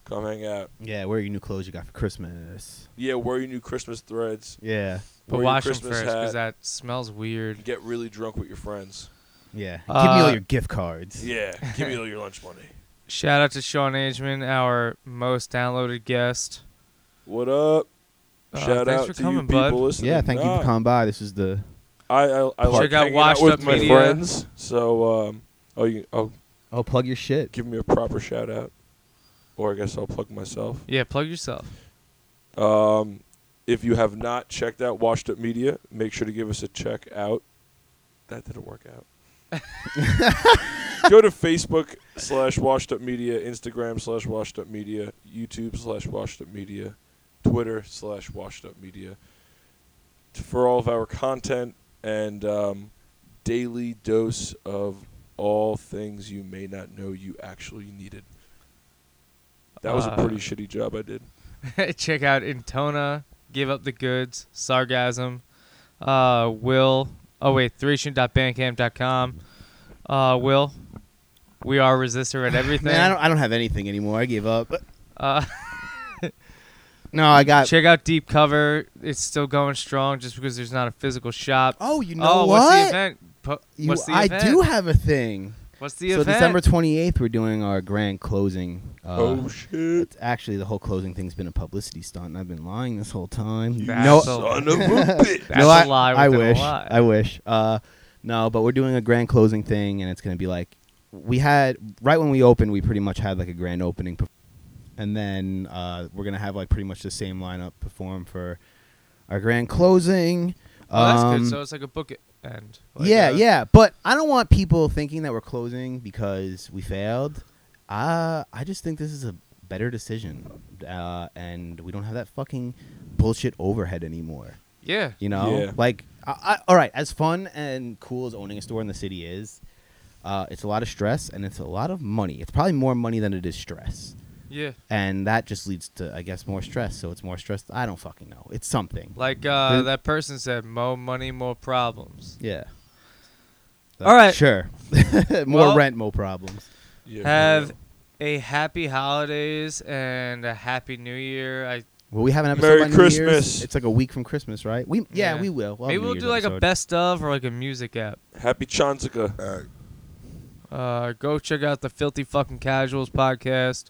B: Come hang out.
D: Yeah, wear your new clothes you got for Christmas.
B: Yeah, wear your new Christmas threads.
D: Yeah,
C: But
B: wear your
C: wash them first
B: Christmas
C: because
B: hat,
C: that smells weird.
B: and Get really drunk with your friends.
D: yeah. Give me
C: Uh,
D: all your gift cards.
B: Yeah, give me all your lunch money.
C: Shout out to Sean Ageman, our most downloaded guest.
B: What up?
C: Uh,
B: Shout
C: thanks
B: out
C: for
B: to
C: coming,
B: you
C: bud.
B: people listening.
D: Yeah, thank you
B: Nah,
D: for coming by. This is the
B: I I, I like
C: Check out
B: hanging
C: Washed
B: out with
C: Up
B: my
C: Media.
B: friends. So um, oh you oh
D: oh plug your shit.
B: give me a proper shout out, or I guess I'll plug myself.
C: Yeah, plug yourself.
B: Um, if you have not checked out Washed Up Media, make sure to give us a check out. That didn't work out. Go to Facebook slash Washed Up Media, Instagram slash Washed Up Media, YouTube slash Washed Up Media, Twitter slash Washed Up Media for all of our content and um, daily dose of all things you may not know you actually needed. That was a
C: Uh,
B: pretty shitty job I did.
C: check out Intona, Give Up the Goods, Sargasm, uh, Will. Oh wait, Thracian.bandcamp.com. Uh, Will, we are resistor at everything.
D: Man, I don't I don't have anything anymore. I gave up.
C: uh,
D: No, I got.
C: check out Deep Cover. It's still going strong just because there's not a physical shop.
D: oh, you know
C: oh,
D: what?
C: what's the event? Po-
D: You-
C: what's the
D: I
C: event?
D: do have a thing.
C: What's the
D: so
C: event?
D: December twenty eighth, we're doing our grand closing. Uh,
B: oh shit!
D: it's actually the whole closing thing's been a publicity stunt. and I've been lying this whole time.
B: You
C: That's
D: no,
C: a-
B: son of a bitch.
C: That's
D: no, I
C: a lie
D: I
C: within a
D: wish.
C: lie.
D: I wish. Uh, no, but we're doing a grand closing thing, and it's going to be like we had right when we opened. We pretty much had like a grand opening, perf- and then uh, we're going to have like pretty much the same lineup perform for our grand closing.
C: Oh, that's
D: um,
C: good. So it's like a book end. Like,
D: yeah,
C: uh,
D: yeah, but I don't want people thinking that we're closing because we failed. Uh, I just think this is a better decision, uh, and we don't have that fucking bullshit overhead anymore.
C: Yeah.
D: You know,
B: Yeah.
D: like, I, I, all right, as fun and cool as owning a store in the city is, uh, it's a lot of stress and it's a lot of money. It's probably more money than it is stress,
C: Yeah.
D: and that just leads to, I guess, more stress. So it's more stress. I don't fucking know. It's something.
C: Like uh,
D: There-
C: that person said, more money, more problems.
D: Yeah.
C: All right.
D: Sure. more
C: Well-
D: rent, more problems.
B: Yeah,
C: Have a happy holidays and a happy new year. I
D: Well, we have an episode.
B: Merry
D: by New
B: Christmas.
D: Year's. It's like a week from Christmas, right? We yeah,
C: Yeah.
D: we will. We'll have
C: maybe
D: New
C: we'll
D: Year's
C: do like a
D: episode.
C: best of or like a music app.
B: happy Chanzika.
C: Uh, go check out the Filthy Fucking Casuals podcast.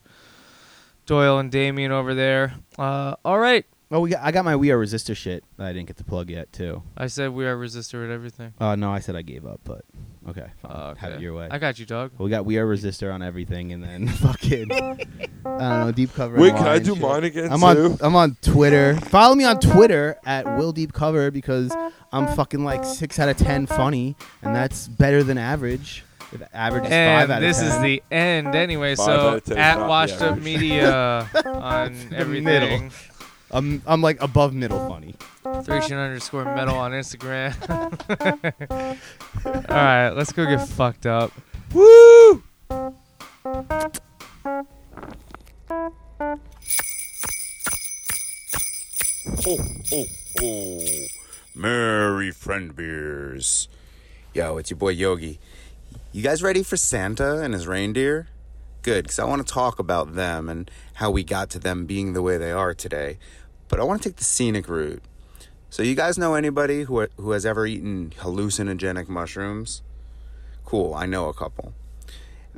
C: Doyle and Damien over there. Uh, all right,
D: Oh, we got, I got my We Are Resistor shit that I didn't get to plug yet too.
C: I said we are resistor at everything.
D: Uh, no, I said I gave up, but okay, fine.
C: Uh,
D: have it
C: okay.
D: your way.
C: I got you, dog.
D: we got We Are Resistor on everything, and then fucking I don't know deep cover.
B: Wait, can I
D: Online
B: do
D: shit.
B: mine again
D: I'm
B: too?
D: on I'm on Twitter. Follow me on Twitter at Will Deep Cover because I'm fucking like six out of ten funny, and that's better than average. If average is
C: And
D: five out
C: this
D: of ten.
C: is the end anyway.
B: Five out
C: so
B: of ten is not
C: at
B: the
C: Washed Up
B: average.
C: Media on everything.
D: middle. I'm I'm like above middle funny.
C: Thracian underscore metal on Instagram. All right, let's go get fucked up.
B: Woo! Ho, ho, ho.
E: Oh, Merry friend beers. Yo, it's your boy Yogi. You guys ready for Santa and his reindeer? Good, because I want to talk about them and how we got to them being the way they are today. But I want to take the scenic route. So, you guys know anybody who, who has ever eaten hallucinogenic mushrooms? Cool, I know a couple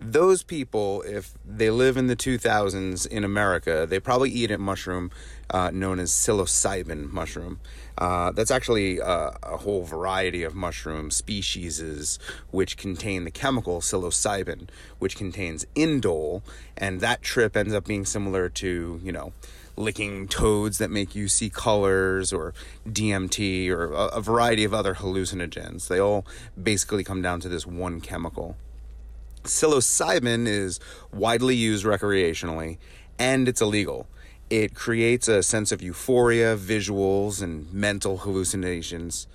E: those people, if they live in the 2000s in America, they probably eat a mushroom uh, known as psilocybin mushroom. Uh, that's actually uh, a whole variety of mushroom species which contain the chemical psilocybin, which contains indole, and that trip ends up being similar to, you know, licking toads that make you see colors or DMT or a, a variety of other hallucinogens. They all basically come down to this one chemical. Psilocybin is widely used recreationally and it's illegal. It creates a sense of euphoria, visuals, and mental hallucinations.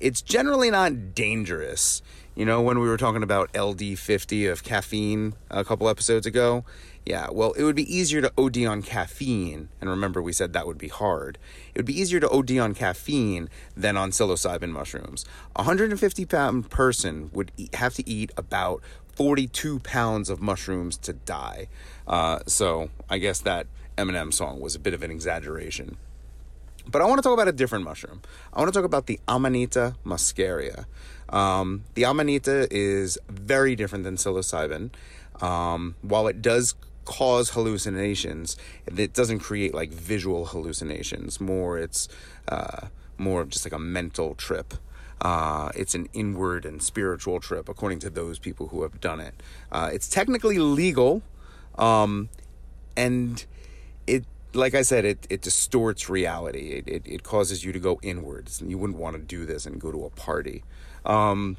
E: It's generally not dangerous. You know, when we were talking about LD50 of caffeine a couple episodes ago? Yeah, well, it would be easier to OD on caffeine. And remember, we said that would be hard. It would be easier to OD on caffeine than on psilocybin mushrooms. A 150 pound person would eat, have to eat about 42 pounds of mushrooms to die. Uh, so I guess that Eminem song was a bit of an exaggeration. But I want to talk about a different mushroom. I want to talk about the Amanita muscaria. Um, the Amanita is very different than psilocybin. Um, while it does cause hallucinations, it doesn't create like visual hallucinations. More, it's uh, more of just like a mental trip. Uh, it's an inward and spiritual trip, according to those people who have done it. Uh, it's technically legal. Um, and it like i said it, it distorts reality it, it, it causes you to go inwards and you wouldn't want to do this and go to a party um,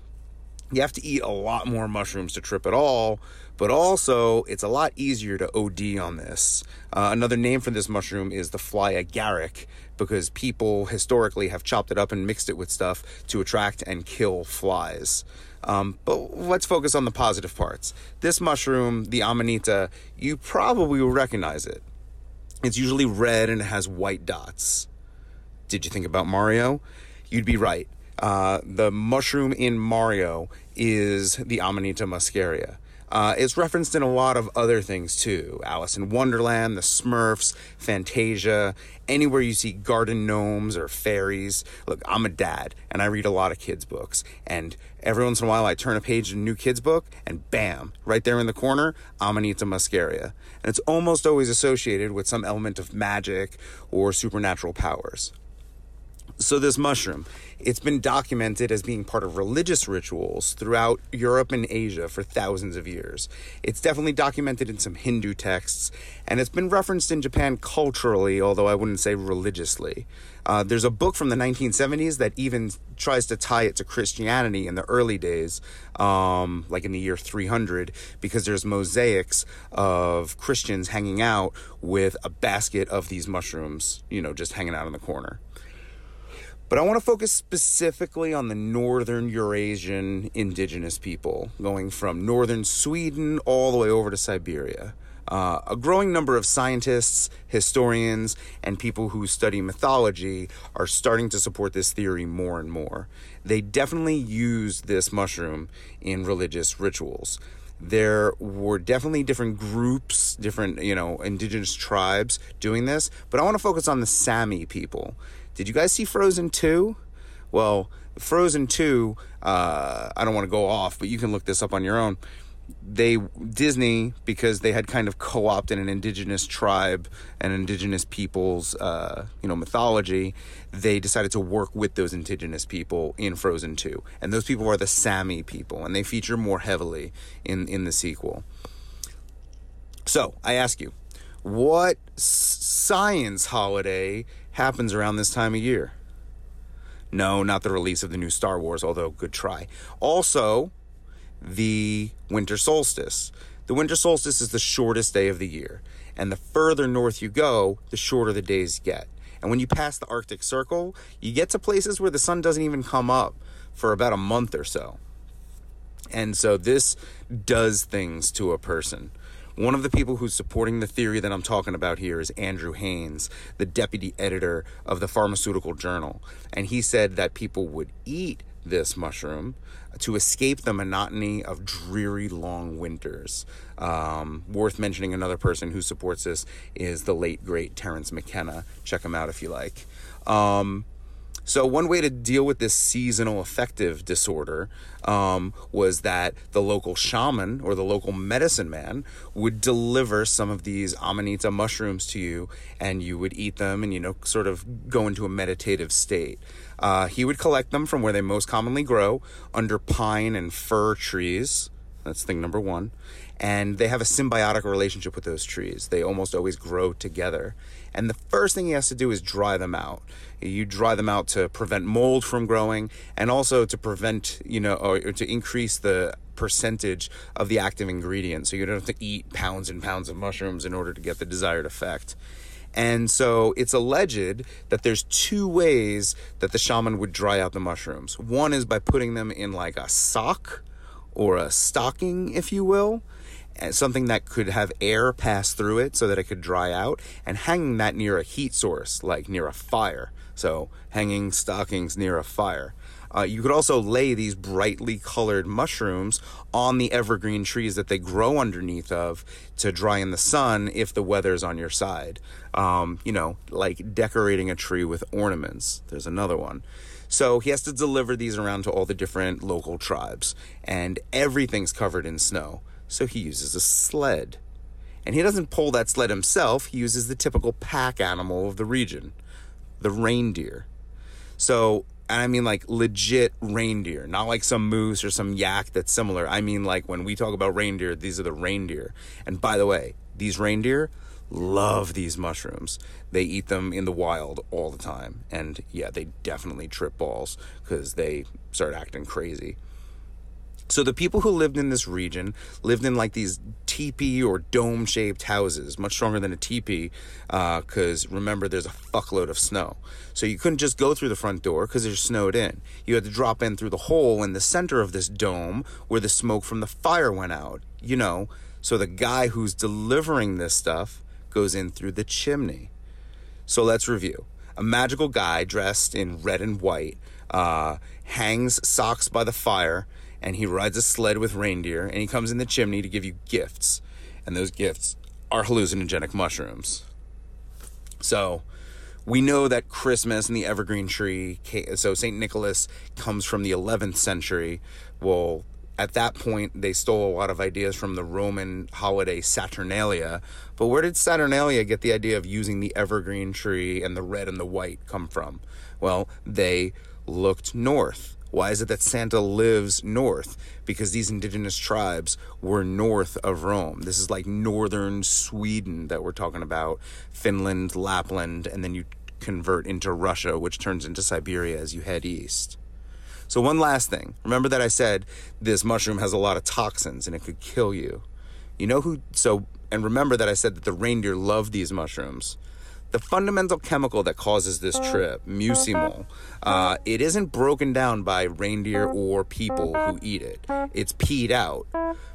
E: you have to eat a lot more mushrooms to trip at all but also it's a lot easier to od on this uh, another name for this mushroom is the fly agaric because people historically have chopped it up and mixed it with stuff to attract and kill flies um, but let's focus on the positive parts this mushroom the amanita you probably will recognize it it's usually red and it has white dots. Did you think about Mario? You'd be right. Uh, the mushroom in Mario is the Amanita muscaria. Uh, it's referenced in a lot of other things too Alice in Wonderland, the Smurfs, Fantasia, anywhere you see garden gnomes or fairies. Look, I'm a dad and I read a lot of kids' books. And every once in a while, I turn a page in a new kids' book and bam, right there in the corner, Amanita muscaria. And it's almost always associated with some element of magic or supernatural powers. So, this mushroom, it's been documented as being part of religious rituals throughout Europe and Asia for thousands of years. It's definitely documented in some Hindu texts, and it's been referenced in Japan culturally, although I wouldn't say religiously. Uh, there's a book from the 1970s that even tries to tie it to Christianity in the early days, um, like in the year 300, because there's mosaics of Christians hanging out with a basket of these mushrooms, you know, just hanging out in the corner but I want to focus specifically on the northern Eurasian indigenous people, going from northern Sweden all the way over to Siberia. Uh, a growing number of scientists, historians, and people who study mythology are starting to support this theory more and more. They definitely use this mushroom in religious rituals there were definitely different groups, different, you know, indigenous tribes doing this, but I want to focus on the Sami people. Did you guys see Frozen 2? Well, Frozen 2, uh, I don't want to go off, but you can look this up on your own. they Disney because they had kind of co-opted an indigenous tribe and indigenous people's uh, you know mythology. They decided to work with those indigenous people in Frozen Two, and those people are the Sami people, and they feature more heavily in in the sequel. So I ask you, what s- science holiday happens around this time of year? No, not the release of the new Star Wars, although good try. Also, the winter solstice. The winter solstice is the shortest day of the year, and the further north you go, the shorter the days get. And when you pass the Arctic Circle, you get to places where the sun doesn't even come up for about a month or so. And so this does things to a person. One of the people who's supporting the theory that I'm talking about here is Andrew Haynes, the deputy editor of the Pharmaceutical Journal. And he said that people would eat this mushroom to escape the monotony of dreary long winters. Um, worth mentioning another person who supports this is the late, great Terrence McKenna. Check him out if you like. Um, so, one way to deal with this seasonal affective disorder um, was that the local shaman or the local medicine man would deliver some of these amanita mushrooms to you, and you would eat them and, you know, sort of go into a meditative state. Uh, he would collect them from where they most commonly grow under pine and fir trees. That's thing number one. And they have a symbiotic relationship with those trees. They almost always grow together. And the first thing he has to do is dry them out. You dry them out to prevent mold from growing and also to prevent, you know, or, or to increase the percentage of the active ingredient. So you don't have to eat pounds and pounds of mushrooms in order to get the desired effect. And so it's alleged that there's two ways that the shaman would dry out the mushrooms. One is by putting them in like a sock or a stocking, if you will, and something that could have air pass through it so that it could dry out, and hanging that near a heat source, like near a fire. So, hanging stockings near a fire. Uh, you could also lay these brightly colored mushrooms on the evergreen trees that they grow underneath of to dry in the sun if the weather's on your side. Um, you know, like decorating a tree with ornaments. There's another one. So he has to deliver these around to all the different local tribes, and everything's covered in snow. So he uses a sled. And he doesn't pull that sled himself, he uses the typical pack animal of the region, the reindeer. So, and I mean like legit reindeer, not like some moose or some yak that's similar. I mean like when we talk about reindeer, these are the reindeer. And by the way, these reindeer love these mushrooms. They eat them in the wild all the time. And yeah, they definitely trip balls because they start acting crazy. So the people who lived in this region lived in like these teepee or dome shaped houses, much stronger than a teepee, because remember, there's a fuckload of snow. So you couldn't just go through the front door because you're snowed in. You had to drop in through the hole in the center of this dome where the smoke from the fire went out, you know. So the guy who's delivering this stuff goes in through the chimney. So let's review. A magical guy dressed in red and white uh, hangs socks by the fire and he rides a sled with reindeer and he comes in the chimney to give you gifts. And those gifts are hallucinogenic mushrooms. So we know that Christmas and the evergreen tree, ca- so St. Nicholas comes from the 11th century. Well, at that point, they stole a lot of ideas from the Roman holiday Saturnalia. But where did Saturnalia get the idea of using the evergreen tree and the red and the white come from? Well, they looked north. Why is it that Santa lives north? Because these indigenous tribes were north of Rome. This is like northern Sweden that we're talking about, Finland, Lapland, and then you convert into Russia, which turns into Siberia as you head east. So, one last thing. Remember that I said this mushroom has a lot of toxins and it could kill you. You know who? So, and remember that I said that the reindeer love these mushrooms. The fundamental chemical that causes this trip, mucimol, uh, it isn't broken down by reindeer or people who eat it. It's peed out.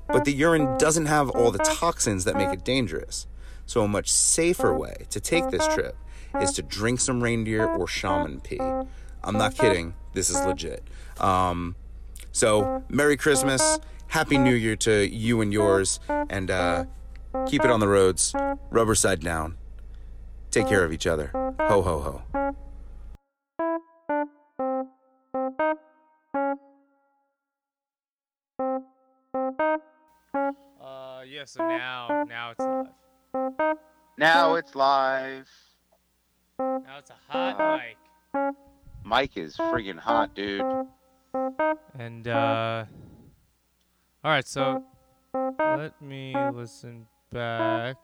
E: But the urine doesn't have all the toxins that make it dangerous. So, a much safer way to take this trip is to drink some reindeer or shaman pee. I'm not kidding. This is legit. Um, so, Merry Christmas. Happy New Year to you and yours. And uh, keep it on the roads. Rubber side down. Take care of each other. Ho, ho, ho.
C: Uh, Yeah, so now now it's live.
F: Now it's live.
C: Now it's a hot mic.
F: Mike is friggin' hot, dude.
C: And uh All right, so let me listen back.